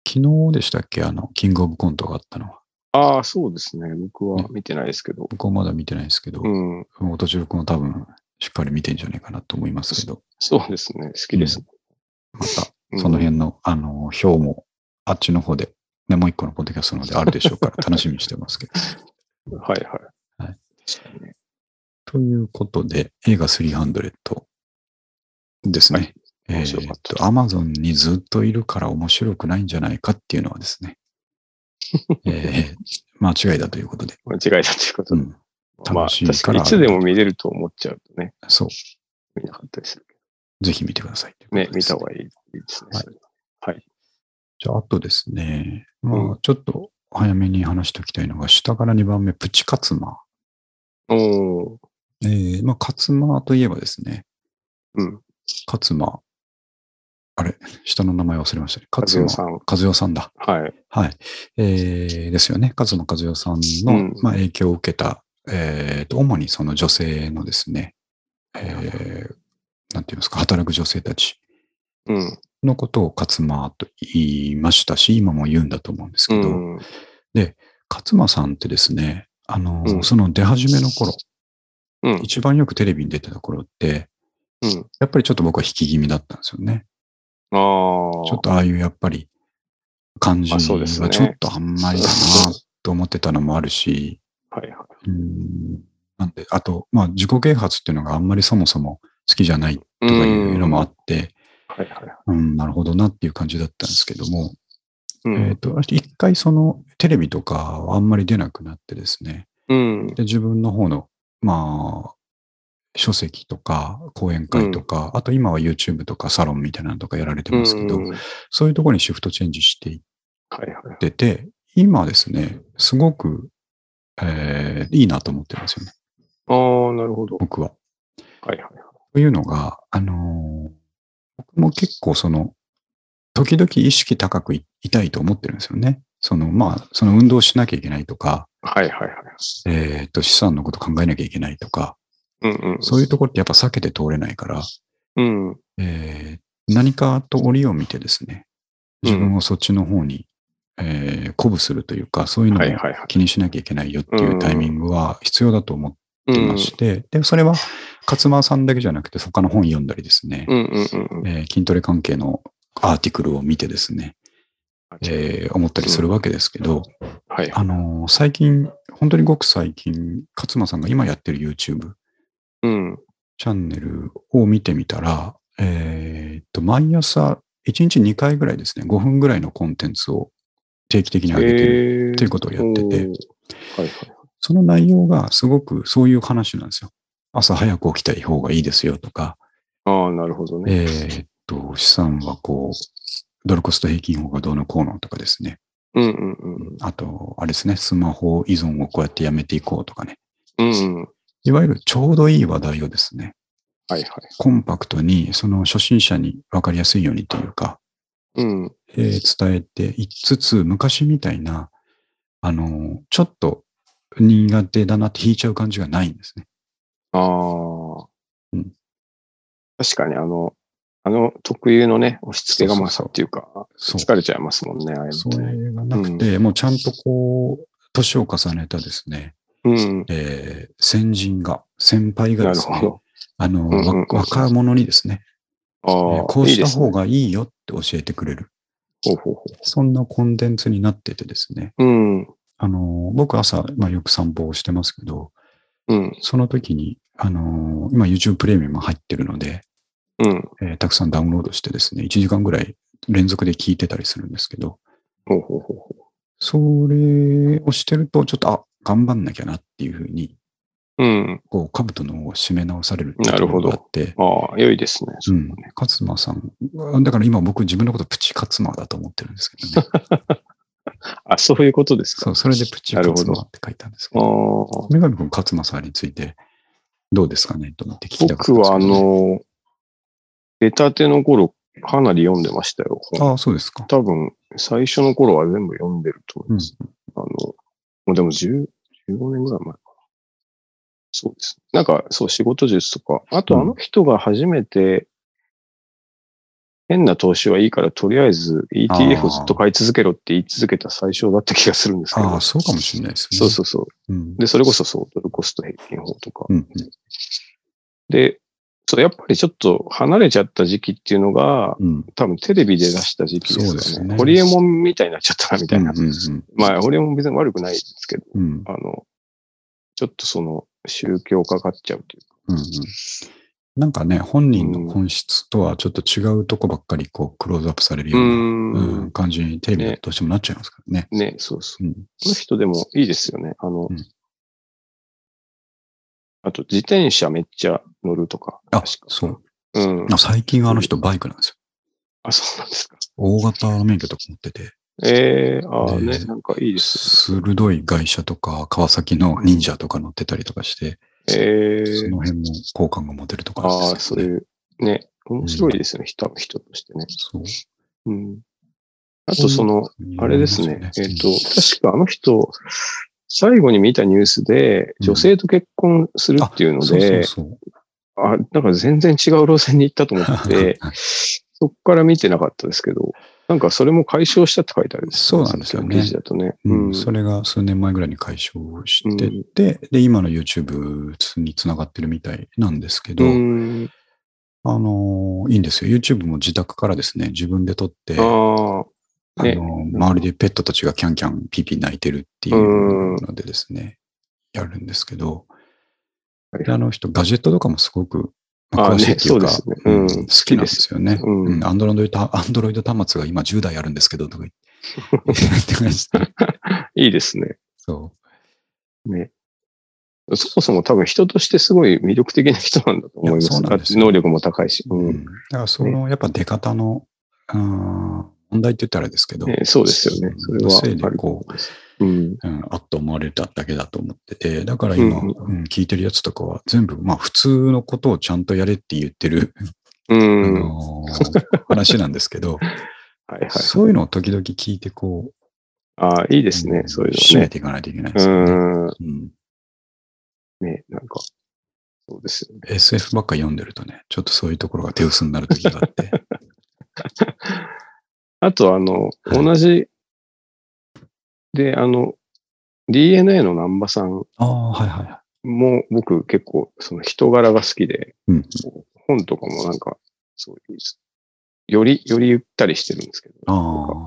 昨日でしたっけあの、キングオブコントがあったのは。ああ、そうですね。僕は見てないですけど。僕はまだ見てないですけど、うん。もう途中僕も多分しっかり見てんじゃないかなと思いますけど、そうですね。好きです。まうたんその辺の、あの、表もあっちの方で、ね、もう一個のポッドキャストの方であるでしょう から楽しみにしてますけど。はいはい。はい確かにね。ということで、映画300ですね。はいえ面白かーっったと、Amazon にずっといるから面白くないんじゃないかっていうのはです ね、えー間違いだということで。間違いだということうで。ん、まあ、楽しいから確かにいつでも見れると思っちゃうとね、そう。見なかったりするけぜひ見てくださいというこど。とねで、見すた方がいいですね。はいそれはじゃあ、あとですね、んまあ、ちょっと早めに話しておきたいのが、下から2番目、プチカツマ。おーえーまあ、カツマといえばですね、うん。カツマ、あれ、下の名前忘れましたね。カ和ツマ代さん。和代さんだ。はい。はい。えーですよね。勝間和代さんの、うんまあ、影響を受けた、えーと、主にその女性のですね、えーなんていうんですか、働く女性たちうん。のことを勝間と言いましたし、今も言うんだと思うんですうけど、ん。勝間さんってですね、あの、うんその出始めの頃、うん一番よくテレビに出てた頃って、うん。やっぱりちょっと僕は引き気味だったんですよね。ああ。ちょっとああいうやっぱり感じがあちそょうですねっとあんまりだなと思ってたのもあるし、はいはい。うんなんで、あと、まあ自己啓発っていうのがあんまりそもそも好きじゃないとかうんいうのもあって、はいはい。うん、なるほどなっていう感じだったんですけども、うえっん。と、私一回そのテレビとかはあんまり出なくなってですね、うん。で、自分の方の、まあ、書籍とか、講演会とか、あと今は YouTube とかサロンみたいなのとかやられてますけど、うんはいそういうところにシフトチェンジしていっはい。てて、今ですね、すごく、えーいいなと思ってますよね、ああ、なるほど。僕は。はいはい。というのが、あのー僕も結構その、時々意識高くいいたいと思ってるんですよね。その、まあ、その運動しなきゃいけないとか、はいはいはい。えっ、と、資産のこと考えなきゃいけないとか、うんうん。そういうところってやっぱ避けて通れないから、うん。うんえー何かと折を見てですね、自分をそっちの方に、えー鼓舞するというか、そういうのはいもはいはい。気にしなきゃいけないよっていうタイミングは必要だと思っうてんまして、で、それは勝間さんだけじゃなくて、他の本読んだりですね、うんうんうんうん。えー筋トレ関係のアーティクルを見てですね、えー思ったりするわけですけど、はいはあい。のー最近、本当にごく最近、勝間さんが今やってる YouTube うん。チャンネルを見てみたら、えーっと、毎朝1日2回ぐらいですね、5分ぐらいのコンテンツを定期的に上げてる。えっていうことをやってて。おーはいはい。その内容がすごくそういう話なんですよ。朝早く起きたい方がいいですよとか、ああ、なるほどね。えーっと、資産はこう、ドルコスト平均法がどうのこうのとかですね。うんうんうん。あと、あれですね、スマホ依存をこうやってやめていこうとかね。うん。はいいわゆるちょうどいい話題をですね、はい。コンパクトに、その初心者に分かりやすいようにというか、うん。えー伝えていつつ、昔みたいな、あのー、ちょっと苦手だなって引いちゃう感じがないんですね。ああ。うん確かにあの、あの特有のね、押し付けがまさっていうか、そう。疲れちゃいますもんね、ああいうそのね。れがなくて、もうちゃんとこう、年を重ねたですね、うん。えー先人が、先輩がなでるすほね、ど。あのー、うんうんうんわ若者にですね、えああー、こうしたい方いがいいよって教えてくれる。ですね。ほうほうほそんなコンテンツになっててですね、う。うん。あのー、僕朝、まあよく散歩をしてますけど、うん。その時に、あのー、今 YouTube プレミアム入ってるので、うん。えーたくさんダウンロードしてですね、1時間ぐらい連続で聞いてたりするんですけど、ほうほうほうほそれをしてると、ちょっと、あ、頑張んなきゃなっていうふうに、う。うん。こう、兜の緒を締め直されるっていうなるほどところがあって、ああ、良いですね。うん、 勝間さん、だから今僕自分のことプチ勝間だと思ってるんですけどね。あ、そういうことですそか。う、それでプチなるカほツどマって書いたんですけあど、ー女神くんカツマさんについてどうですかねと思って聞きたかった僕んですはあけどねの、出たての頃、かなり読んでましたよ。本あ、そうですか。多分、最初の頃は全部読んでると思います。あの、もうでも10、15年ぐらい前かな。そうです。なんか、そう、仕事術とか。あうと、んあの人が初めて、変な投資はいいから、とりあえず ETF をずっと買い続けろって言い続けた最初だった気がするんですけど。ああ、そうかもしれないですね。そうそうそう。うん。で、それこそそう、ドルコスト平均法とか。うんうん。で、そう、やっぱりちょっと離れちゃった時期っていうのが、うん。多分テレビで出した時期ですそうですよね。ねホリエモンみたいになっちゃったなみたいな。うんうんまあ、ホリエモン別に悪くないですけど、うん。うんあの、ちょっとその、宗教かかっちゃうっていうか。うんうんなんかね、本人の本質とはちょっと違うとこばっかりこうクローズアップされるうようなうーんん。感じにテレビだねとどうしてもなっちゃいますからね。ね、そうそう。うんこの人でもいいですよね。あの、うんあと、自転車めっちゃ乗るとか。あ確か、そう。うん。あ最近はあの人バイクなんですよ。あ、そうなんですか。大型の免許とか持ってて、ええああね、ねなんかいいです鋭い外車とか川崎の忍者とか乗ってたりとかして、ね。ええその辺も好感が持てるとかああ、ですそよねういう、ね、面白いですよね、人、人としてね。そううん。あと、その、あれですね、えっ、と、確かあの人、最後に見たニュースで、うん女性と結婚するっていうのそうそうで、そう。あ、なんか全然違う路線に行ったと 思って、そこから見てなかったですけど、なんかそれも解消したって書いてあるんですそうなんですよねさっきの記事だとね。うん、それが数年前ぐらいに解消してうんて、で、今の YouTube につながってるみたいなんですけど、うん。あのーいいんですよ。YouTube も自宅からですね、自分で撮って、あああ、のねー周りでペットたちがキャンキャンピーピー泣いてるっていうのでですね、やるんですけど、であの人、ガジェットとかもすごく、まああ詳しいっていうか、ねそうですねうん好きなんですよね。うんアンドロイドた、アンドロイド端末が今10台あるんですけど、とか言って言 ってました。いいですね。そね。そもそも多分人としてすごい魅力的な人なんだと思いまいやす。そうなんですよ能力も高いし。う。ううんんだから、その、やっぱ出方の、うん問題って言ったらあれですけど、ね、そうですよね。それのはせいであるこう、うん。うん、あっと思われただけだと思ってて、だから今、ううんん聞いてるやつとかは全部、まあ普通のことをちゃんとやれって言ってる、あうん。はのー話なんですけど、い はい。そういうのを時々聞いてこう、ああ、いいですねう。んそういう締のめね。ていかないといけないですよね。うん。うん、ね、なんか、そうですよね。 SF ばっか読んでるとね、ちょっとそういうところが手薄になる時があって。 あと、あの、はい同じ、で、あの、DNA の南波さんああ、はいはいはい。も僕結構その人柄が好きで、うんこう本とかもなんか、そういう、より、よりゆったりしてるんですけど、あ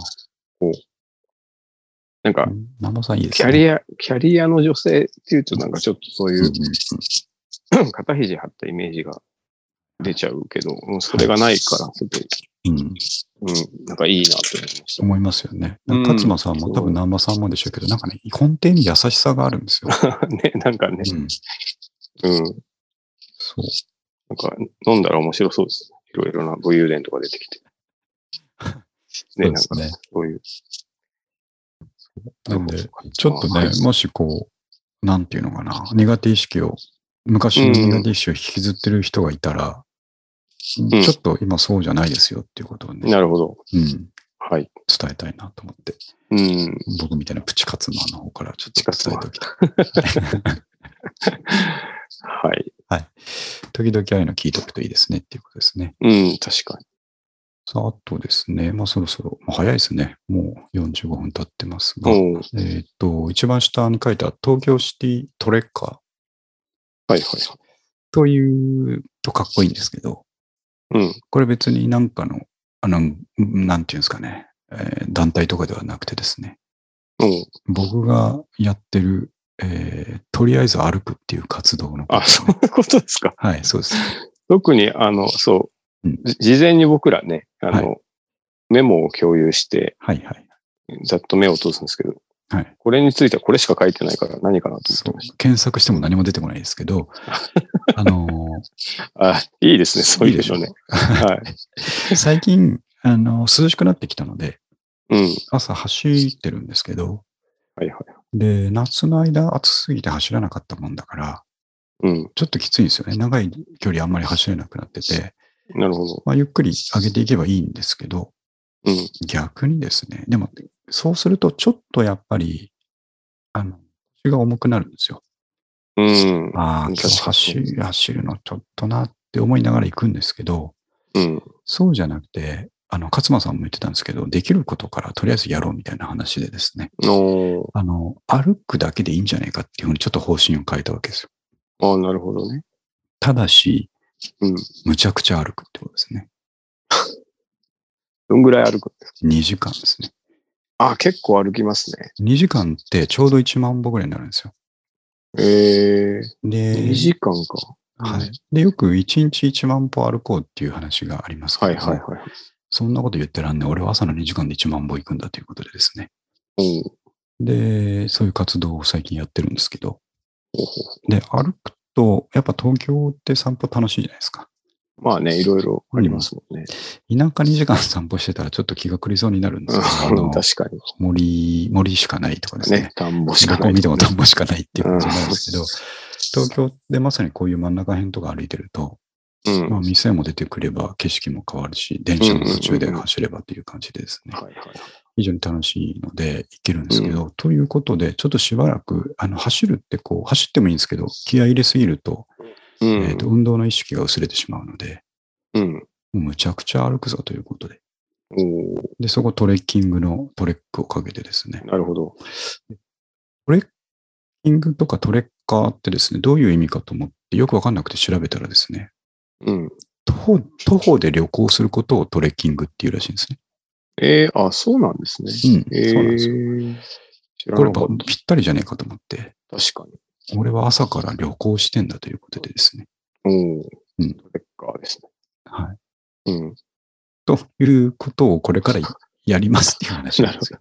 なんあか、、ナさんいいですキね。ャリア、キャリアの女性っていうとなんかちょっとそうういんううんう 肩肘張ったイメージが出ちゃうけど、もうそれがないから、すごい、んうん、うん、なんかいいなと思いまし思いますよね。うん勝間さんも多分南波さんもでしょうけど、なんかね、根底に優しさがあるんですよ。た。 ね、なんかね、うん、うん、そう。なんか飲んだら面白そうですね。いろいろな武勇伝とか出てきて。ね、 そうなんですかね、そういう。なんで、ちそうょかっとねはい、もしこう、なんていうのかな、苦手意識を、昔の苦手意識を引きずってる人がいたら、んちょっと今そうじゃないですよっていうことをね、なるほど。うん、伝はい。えたいなと思って、うん。僕みたいなプチカツマの方からちょっと伝えておきたい。はい。はい。時々ああいうの聞いておくといいですねっていうことですね。うん、確かに。さあ、あとですね、まあそろそろ、まあ早いですね。もう45分経ってますが、うん。はいえーっと、一番下に書いた東京シティトレッカーはいはい。というとかっこいいんですけど、うんこれ別になんかの、あの、なんていうんですかね、えー団体とかではなくてですね、うん。僕がやってる、えーとりあえず歩くっていう活動のことあ、 ですそね、ういうことですか。はい、そうです。特に、あの、そう、うんじ事前に僕らね、あの、はメモを共有して、はいはい。ざっと目を通すんですけど、はいこれについてはこれしか書いてないから何かなと思っそてうまし検索しても何も出てこないですけ ど、あのた。あ、いいですね、そういうのいいね。はい。ー最近、あの涼しくなってきたので、うん。朝走ってるんですけど、はいはい。で、夏の間暑すぎて走らなかったもんだから、うん。ちょっときついんですよね。長い距離あんまり走れなくなってて、なるほど。まあ、ゆっくり上げていけばいいんですけど、うん。逆にですね、でも、そうするとちょっとやっぱり、あの、腰が重くなるんですよ。うん。ああ、今日確かに走る、走るのちょっとなって思いながら行くんですけど、うん。そうじゃなくて、あの、勝間さんも言ってたんですけど、できることからとりあえずやろうみたいな話でですね、おーあの、歩くだけでいいんじゃないかっていうふうにちょっと方針を変えたわけですよ。ああ、なるほどね。ただし、うんむちゃくちゃ歩くってことですね。どんぐらい歩く2時間ですね。ああ、結構歩きますね。 2時間ってちょうど1万歩ぐらいになるんですよ。ええで、 2時間か。はい。で、よく1日1万歩歩こうっていう話がありますけはどいはいはい。そんなこと言ってらんね俺は朝の2時間で1万歩行くんだということでですね。うん。で、そういう活動を最近やってるんですけど。ほうほうほで、歩くと、やっぱ東京って散歩楽しいじゃないですか。うまあね、いろいろありますもんね。田舎2時間散歩してたらちょっと気が狂いそうになるんですけど、あうん、の確かに。森、森しかないとかですねね、。田んぼしどかこない。見ても田んぼしかないっていう感じになるんですけうどん、東京でまさにこういう真ん中辺とか歩いてると、うん。まあ、はい店も出てくれば景色も変わるし、電車の途中で走ればっていう感じでですね、はいはい。非常に楽しいので行けるんですけど、ということで、ちょっとしばらく、あの、走るってこう、走ってもいいんですけど、気合い入れすぎると、うん。えっ、と、運動の意識が薄れてしまうので、うん。もうむちゃくちゃ歩くぞということで。おーで、そこトレッキングのトレックをかけてですね、なるほど。トレッキングとかトレッカーってですね、どういう意味かと思って、よくわかんなくて調べたらですね、うん。徒歩、徒歩で旅行することをトレッキングっていうらしいんですね。えー、あ、そうなんですね。うんえそうなんですよー、知らこれなやっかぱっぴったりじゃねえかと思って、た。確かに。俺は朝から旅行してんだということでですね。おお、うんトレッカーですはい。ね。うん。ということをこれからやりますっていう話なん ですよ。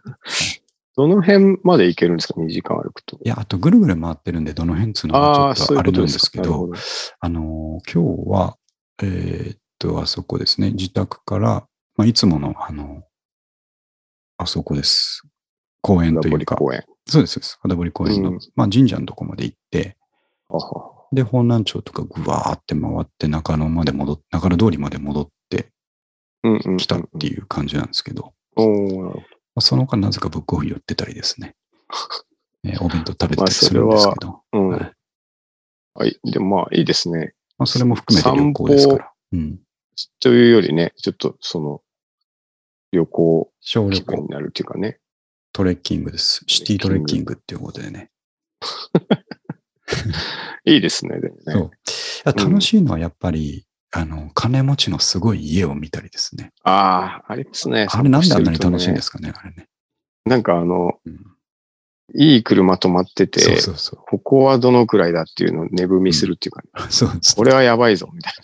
どの辺まで行けるんですか ?2 時間歩くと。いや、あとぐるぐる回ってるんで、どの辺っつうのあはあ、ちょっとそういあうれなことんでですすか。けど、なるあのー、今日は、えーっと、あそこですね、自宅から、まあ、いつもの、あの、あそこです。公園ほどとナいポうリか、公園。そうです、そうです。肌堀公園の、うんまあ、神社のとこまで行って、あはで、本南町とかぐわーって回って、中野まで戻っ中野通りまで戻ってうんうんうん。きたっていう感じなんですけど、おおなるほど。まあその間なぜかブックオフ寄ってたりです ね。えーお弁当食べてたまありするんですけど。うん。はいはい。でもまあいいですね。まあ、それも含めて旅行ですか散ら。うん。というよりね、ちょっとその、旅行小旅気分行、になるっていうかね。トレッキングです。シティトレッキングっていうことでね。いいですね、でもね。そう。いやうん楽しいのはやっぱり、あの、金持ちのすごい家を見たりですね。ああ、ありますね。あれなんであんなに散歩楽ししていんるとねですかね、あれね。なんかあの、うんいい車止まってて、そうそうそここはどのくらいだっていうのを寝踏みするっていうか、う。そうですこれはやばいぞ、みたい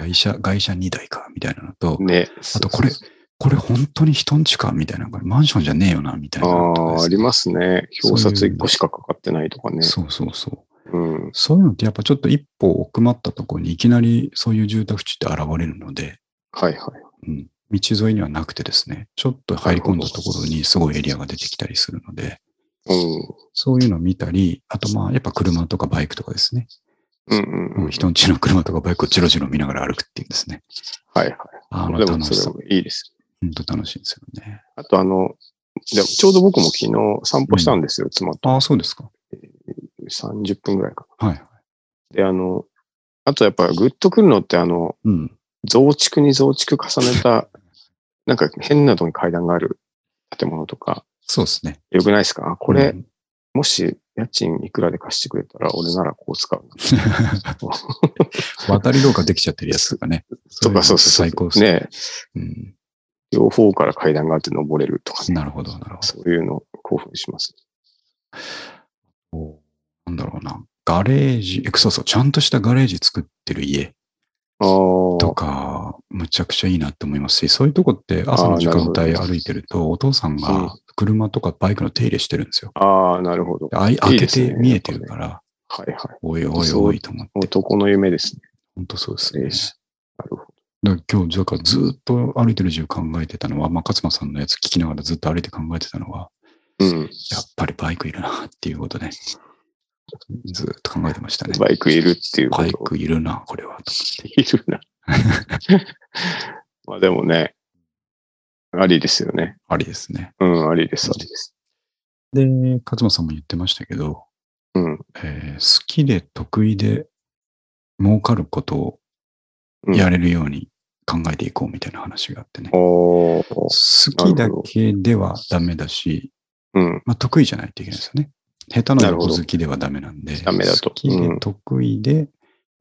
外車、外車2台か、みたいなのと、な。ね。あとこれ、これ本当に人ん家か、みたいな、これマンションじゃねえよな、みたいなのとかあであ、あすね、りますね。表そう札いう1個しかかかってないとかね。そうそうそう。うん。そういうのってやっぱちょっと一歩奥まったところにいきなりそういう住宅地って現れるので、はいはうい。ん、道沿いにはなくてですね、ちょっと入り込んだところにすごいエリアが出てきたりするので、うん。そういうのを見たり、あとまあやっぱ車とかバイクとかですね、うんうんうん。うん、人ん家の車とかバイクをジロジロ見ながら歩くっていうですね、はいはい。あのでも楽しそさ、れもいいです。本当楽しいんですよね。あとあの、でもちょうど僕も昨日散歩したんですよ、妻と。ああ、そうですか。 30分ぐらいかはい。な。で、あの、あとやっぱグッとくるのってあの、うん。増築に増築重ねた、なんか変なとこに階段がある建物とか、そうですね。よくないですかあこれ、うんもし家賃いくらで貸してくれたら、俺ならこう使うな。 渡り廊下できちゃってるやつとかね。とか、そうそうそう。最高ですね。ねうん。両方から階段があって登れるとかね。なるほど、なるほど。そういうの興奮します。こうなんだろうな、ガレージ、えそうそう、ちゃんとしたガレージ作ってる家ああ。とか、むちゃくちゃいいなって思いますし、そういうとこって朝の時間あーな帯るほど歩いてると、お父さんうんが車とかバイクの手入れしてるんですよ。ああ、なるほど。あいい開いけですねて見えてるから、はいはい。おいおいそうおいと思って、男の夢ですね。本当そうですねええ。なるほど。だから今日、だからずっと歩いてる自由考えてたのは、まあ、勝間さんのやつ聞きながらずっと歩いて考えてたのは、うん。やっぱりバイクいるなっていうことで、ずっと考えてましたね。バイクいるっていうこと。バイクいるな、これは。と思っている な。まあでもね、ありですよね。ありですね。うん、ありです、ありです。で、勝間さんも言ってましたけど、うん。えー好きで得意で儲かることをうんやれるように考えていこうみたいな話があってね。おー。好きだけではダメだし、うん。まあ、得意じゃないといけないですよね。下手ななるほ横ど好きではダメなんで、ダメだと好きうでん得意で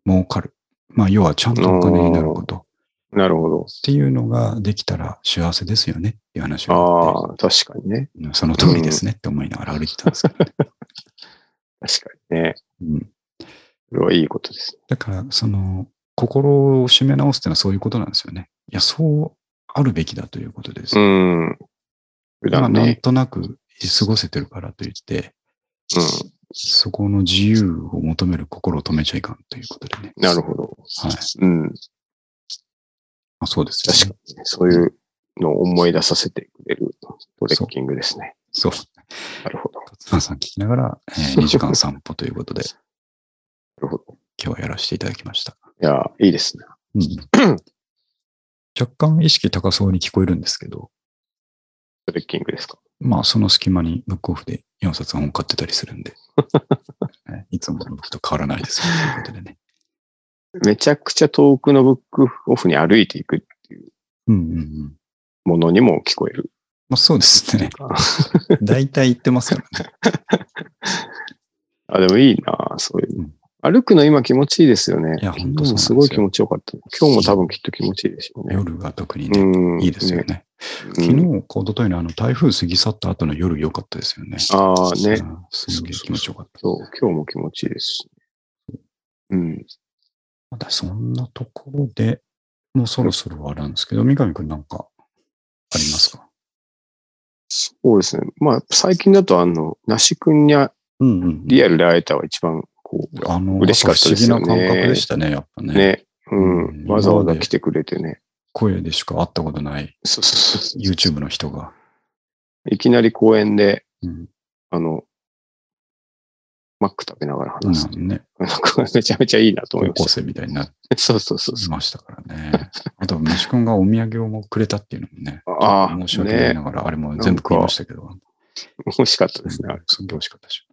儲かる。まあ、要はちゃんとお金になることっなるほど。ていうのができたら幸せですよねっていう話があって、ああ、確かにね。うんその通りですねって思いながら歩いてたんですけ ど、確かにね。うんそれはいいことです。だから、その、心を締め直すってのはそういうことなんですよね。いや、そうあるべきだということですうよ。ん。普まあ段なんね。となく過ごせてるからといって、うそこの自由を求める心を止めちゃいかんということでね。ん。なるほど。はい。うん。あ、そうです、確かにね。そういうのを思い出させてくれるトレッキングですね。そう。なるほど。な勝間さん聞きながら、 えー2時間散歩ということで、るほど。今日はやらせていただきました。いやー、いいですね。うん、 若干意識高そうに聞こえるんですけど、トレッキングですか。まあその隙間にブックオフで4冊本買ってたりする んで、ねいつもの僕と変わらないですよということでね。めちゃくちゃ遠くのブックオフに歩いていくうんうんうん。ものにも聞こえる。まあそうです ね。大体言ってますからね。あ、でもいいな、そういううのん。歩くの今気持ちいいですよね。いや本当そうなんですよもすごい気持ちよかった。今日も多分きっと気持ちいいでしょうね。夜が特にね、うん。いいですよね。うん。昨日、一昨日のあの台風過ぎ去った後の夜良かったですよね。ああう。ねんすげえ気持ちよかった。そう、今日も気持ちいいですし。うん。まだそんなところで、もうそろそろあれなんですけど、三上くんなんかありますかそうですね。まあ、最近だと、あの、梨くんにあうんうん。リアルで会えたは一番、こあの、嬉しかったですよなんね不思議な感覚でしたね、やっぱう、ね。ね。ううんん。わざわざ来てくれてね。声でしか会ったことないそうそうそう。 YouTube の人が。いきなり公園で、うん。あの、マック食べながら話す。なんね、 なんかめちゃめちゃいいな高と思いま校し生みたいになってた。そうそうそうそう。ましたからね。 あと、虫くんがお土産をもくれたっていうのもね。ああ申し訳ないながら、あれも全部食いましたけど。欲しかったですね。あれすっげえ美味しかったし。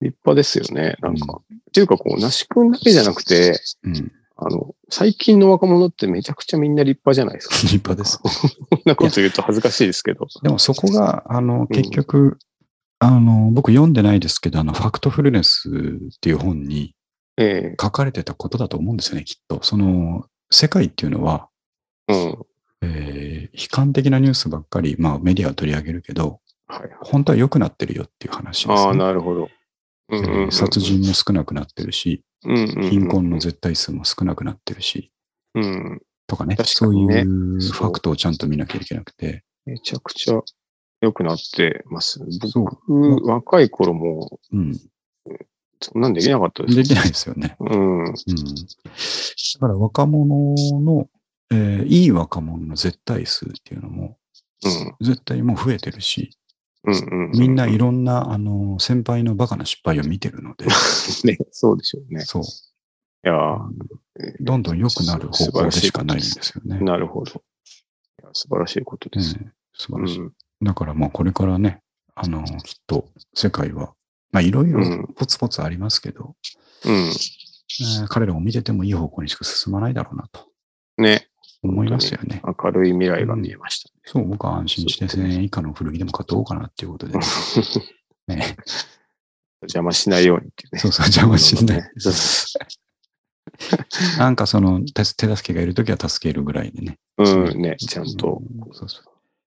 立派ですよね。なんか。うっていうか、こう、なし君だけじゃなくて、うん。あの、最近の若者ってめちゃくちゃみんな立派じゃないですか。 立派です。こんなこと言うと恥ずかしいですけど。でもそこが、あの、結局、あの、僕読んでないですけど、あの、ファクトフルネスっていう本にえ書かれてたことだと思うんですよね、きっと。その、世界っていうのは、えうん。えー悲観的なニュースばっかり、まあメディアは取り上げるけど、はいはい。本当は良くなってるよっていう話です、ああ、ね。なるほど。うんうんえー殺人も少なくなってるし、貧貧困の絶対数も少なくなってるし、うん。とかね、確かそうにいねうファクトをちゃんと見なきゃいけなくて、めちゃくちゃ良くなってます。そ僕、若い頃も、うん、そんなんできなかったです。できないですよね。うん。うんだから若者の、えーいい若者の絶対数っていうのも、うん。絶対もう増えてるし、うんうん。みんないる。ろんな、あの、先輩のバカな失敗を見てるので、ね、そうでしょうね。そう、いやーどんどん良くなる方向でしかないんですよね。なるほど。いや素晴らしいことうです。ん、素う晴らしい。ん。だからまあこれからね、あの、きっと世界は、まあいろいろうんポツポツありますけど、うん。えー彼らを見ててもいい方向にしか進まないだろうなとね、思いますよね。明るい未来が見えましそう、僕は安心して1000円以下の古着でも買っておうかなっていうことでた。ね。邪魔しないようにっていうね。そうそう、邪魔しない。ねそうそなんかその手手助けがいるときは助けるぐらいでね。う そう。うん、ね、ちゃんと。うんそうそう。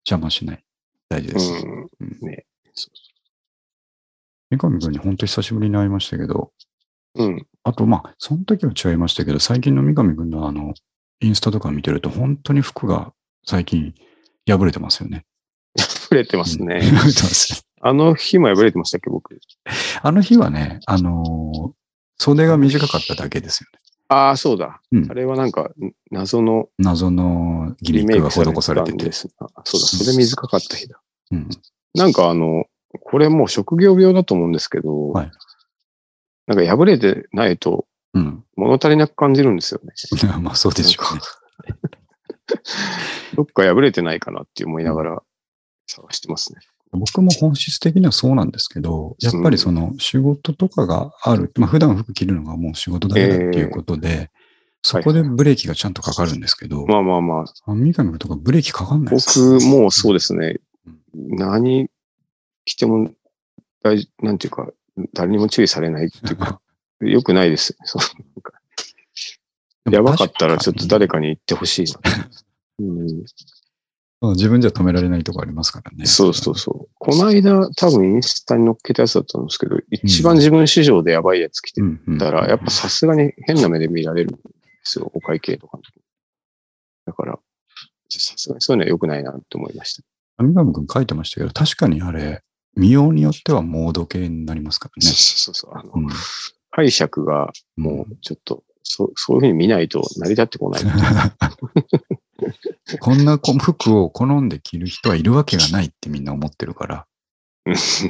邪魔しない。大事うです。ん。うんねそ三上君に本当久しぶりに会いましたけど、うん。あとまあ、その時は違いましたけど、最近の三上君のあの、インスタとか見てると、本当に服が最近破れてますよね。触れてますうねん。破れてます。あの日も破れてましたっけ、僕。 あの日はね、あのー袖が短かっただけですよね。ああ、そうだ、うんあれはなんか、謎の謎のギリミメッイクがクされ施されたてんてで。すが。そうだ、それ短かった日だ。うんなんかあの、これもう職業病だと思うんですけど、はいなんか破れてないとうん。 物足りなく感じるんですよね。まあそうでしょうね。どっか破れてないかなって思いながら探してますね。僕も本質的にはそうなんですけど、やっぱりその仕事とかがある、まあ普段服着るのがもう仕事だけだっていうことで、そこでブレーキがちゃんとかかるんですけど、まあまあまあ、三上とかブレーキかかんないです僕もそうですねうん。何着ても大事、なんていうか、誰にも注意されないっていうか、良くないです。そうなんかやばかったらちょっと誰かに言ってほしいな。うん、まあ自分じゃ止められないとこありますからね。そうそうそう。この間、多分インスタに載っけたやつだったんですけど、一番自分市場でやばいやつ着てうんうん。たら、やっぱさすがに変な目で見られるんですよ、お会計とかの時にだから、さすがにそういうのは良くないなって思いました。三上くん書いてましたけど、確かにあれ、見ようによってはモード系になりますからねそう。そうそうそう。あの、うん解釈がもうちょっと、そうそういうふうに見ないと成り立ってこない。 こんな服を好んで着る人はいるわけがないってみんな思ってるから、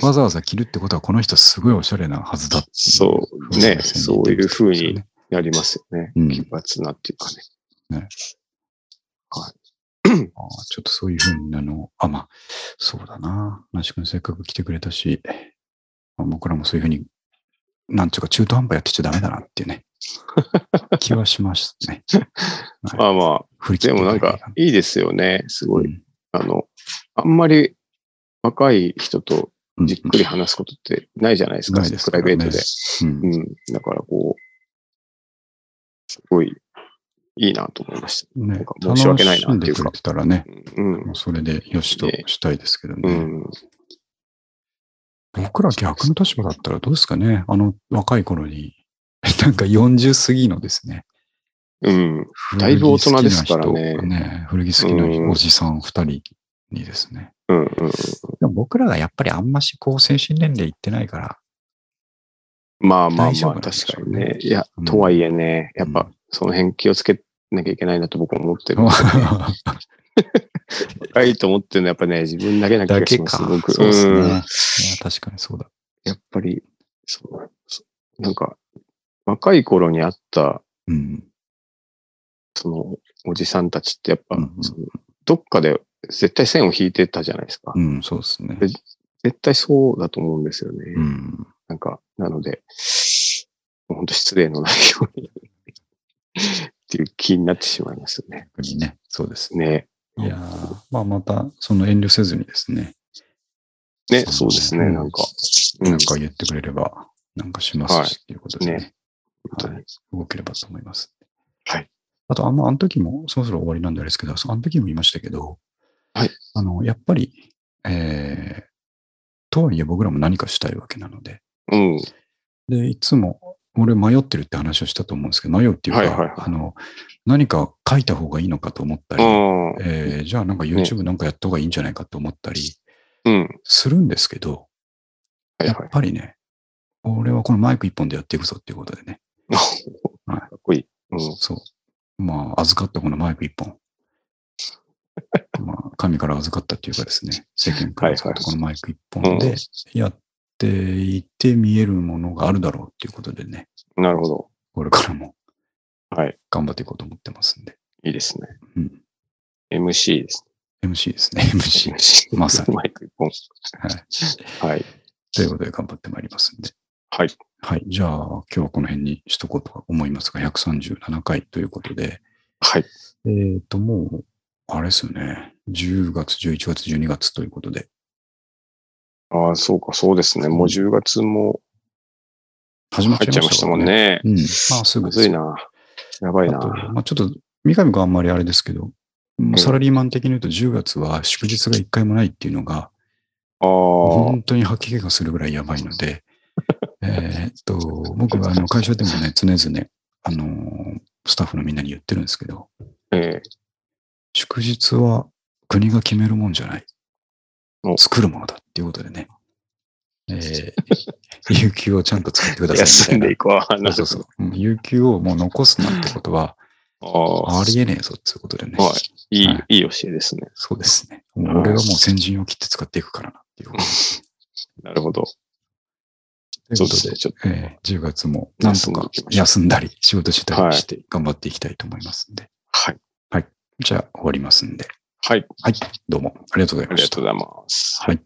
わざわざ着るってことはこの人すごいおしゃれなはずだっていそうねそういうふうに。なりますよね。うん奇抜なっていうかね。ああちょっとそういうふうになの、あ、まあ、そうだな。なし君せっかく来てくれたし、まあ僕らもそういうふうに、なんちゅうか中途半端やってちゃダメだなっていう ね、気はしましたね。まあまあ、振り切っでてもなんかいいですよね。すごい。あの、あんまり若い人とうんじっくり話すことってないじゃないですか。ないですプかラらイベねートで。うんうん。だからこう、すごいいいなと思いました。ねなんか申し訳ないなっていう楽しんでかくれてたらね、うん。もうそれでよしとしたいですけどね。うん。僕ら逆の立場だったらどうですかねあの若い頃に、なんか40過ぎのですね。うん。だいぶ大人ですからね古着好きな人ね古着好きなう人んおじさん2人にですね。うん。うんでも僕らがやっぱりあんましこう精神年齢いってないから、 まあまあ大丈ま夫あ、なんでし確ょかうにねね。いやうん、とはいえね、やっうぱんその辺気をつけなきゃいけないなと僕は思ってる。若いと思ってるのはやっぱね、自分だけな気だがけします、か。僕。そうですね。ういんや確かにそうだ。やっぱり、そう、そうなんか、若い頃にあった、うん。その、おじさんたちってやっぱ、うんうんそのどっかで絶対線を引いてたじゃないですか。うん、そうですね。絶対そうだと思うんですよね。うん。なんか、なので、本当失礼のないようにっていう気になってしまいますよね。逆にね。そうですね。いね。やーまあまた、その遠慮せずにですね。ね、そうですね、うんなんか。なんか言ってくれれば、なんかしますし、っていうことでねね本当に動ければと思います。はい。あと、あんま、あの時も、そろそろ終わりなんであれですけど、そうあの時も言いましたけど、はい。あの、やっぱり、えー、とはいえ僕らも何かしたいわけなので、うん。で、いつも、俺迷ってるって話をしたと思うんですけど、迷うっていうか、はいはいはいあの、何か書いた方がいいのかと思ったり、うん。えーじゃあなんか YouTube なんかやった方がいいんじゃないかと思ったりうん。するんですけど、はいやっはい。ぱりね、俺はこのマイク一本でやっていくぞっていうことでね、かっこいい。うん。そう。まあ、預かったこのマイク一本。まあ、神から預かったっていうかですね、世間から預かったこのマイク一本はいではやっていて見えるものがあるだろうっていうことでね、なるほど。これからもはい。頑張っていこうと思ってますんで。いいですね。うん。 MC です。 MC ですね、MC。 MC。まさにマイク一本。はい。はい。ということで頑張ってまいりますんで。はい。はい。じゃあ、今日はこの辺にしとこうとは思いますが、137回ということで、はい。えっ、ー、と、もう、あれですよね、10月、11月、12月ということで、ああ、そうか、そうですね。もう10月も始まっ入ちっゃちゃいいままししたたももんんね。ね。うん。まあ、すぐむですずいな。やばいあなと。まあ、ちょっと、三上があんまりあれですけど、うんんサラリーマン的に言うと10月は祝日が一回もないっていうのが、ああ。本当に吐き気がするぐらいやばいの で、えーっと、僕はあの会社でもね、常々、あのー、スタッフのみんなに言ってるんですけど、ええ。祝日は国が決めるもんじゃないお。作るものだっていうことでね、え ー、有給をちゃんと使ってください休んみたでいいこ う。な。なそるうそうそう。うん有給をもう残すなんてことは、ほど。あああ、りえねえぞっていうことでね。はいいはいい、いい教えですね。そうですね。もう俺はもう先陣を切って使っていくからなっていうこと。なるほど。とそいううこでとすでね。、ちょっと。えー10月もなんとか休んだり、仕事したりして頑張っていきたいと思いますんで。はい。じゃあ終わりますんで。はい。はい。どうもありがとうございあまりしがたと。うございます。はい。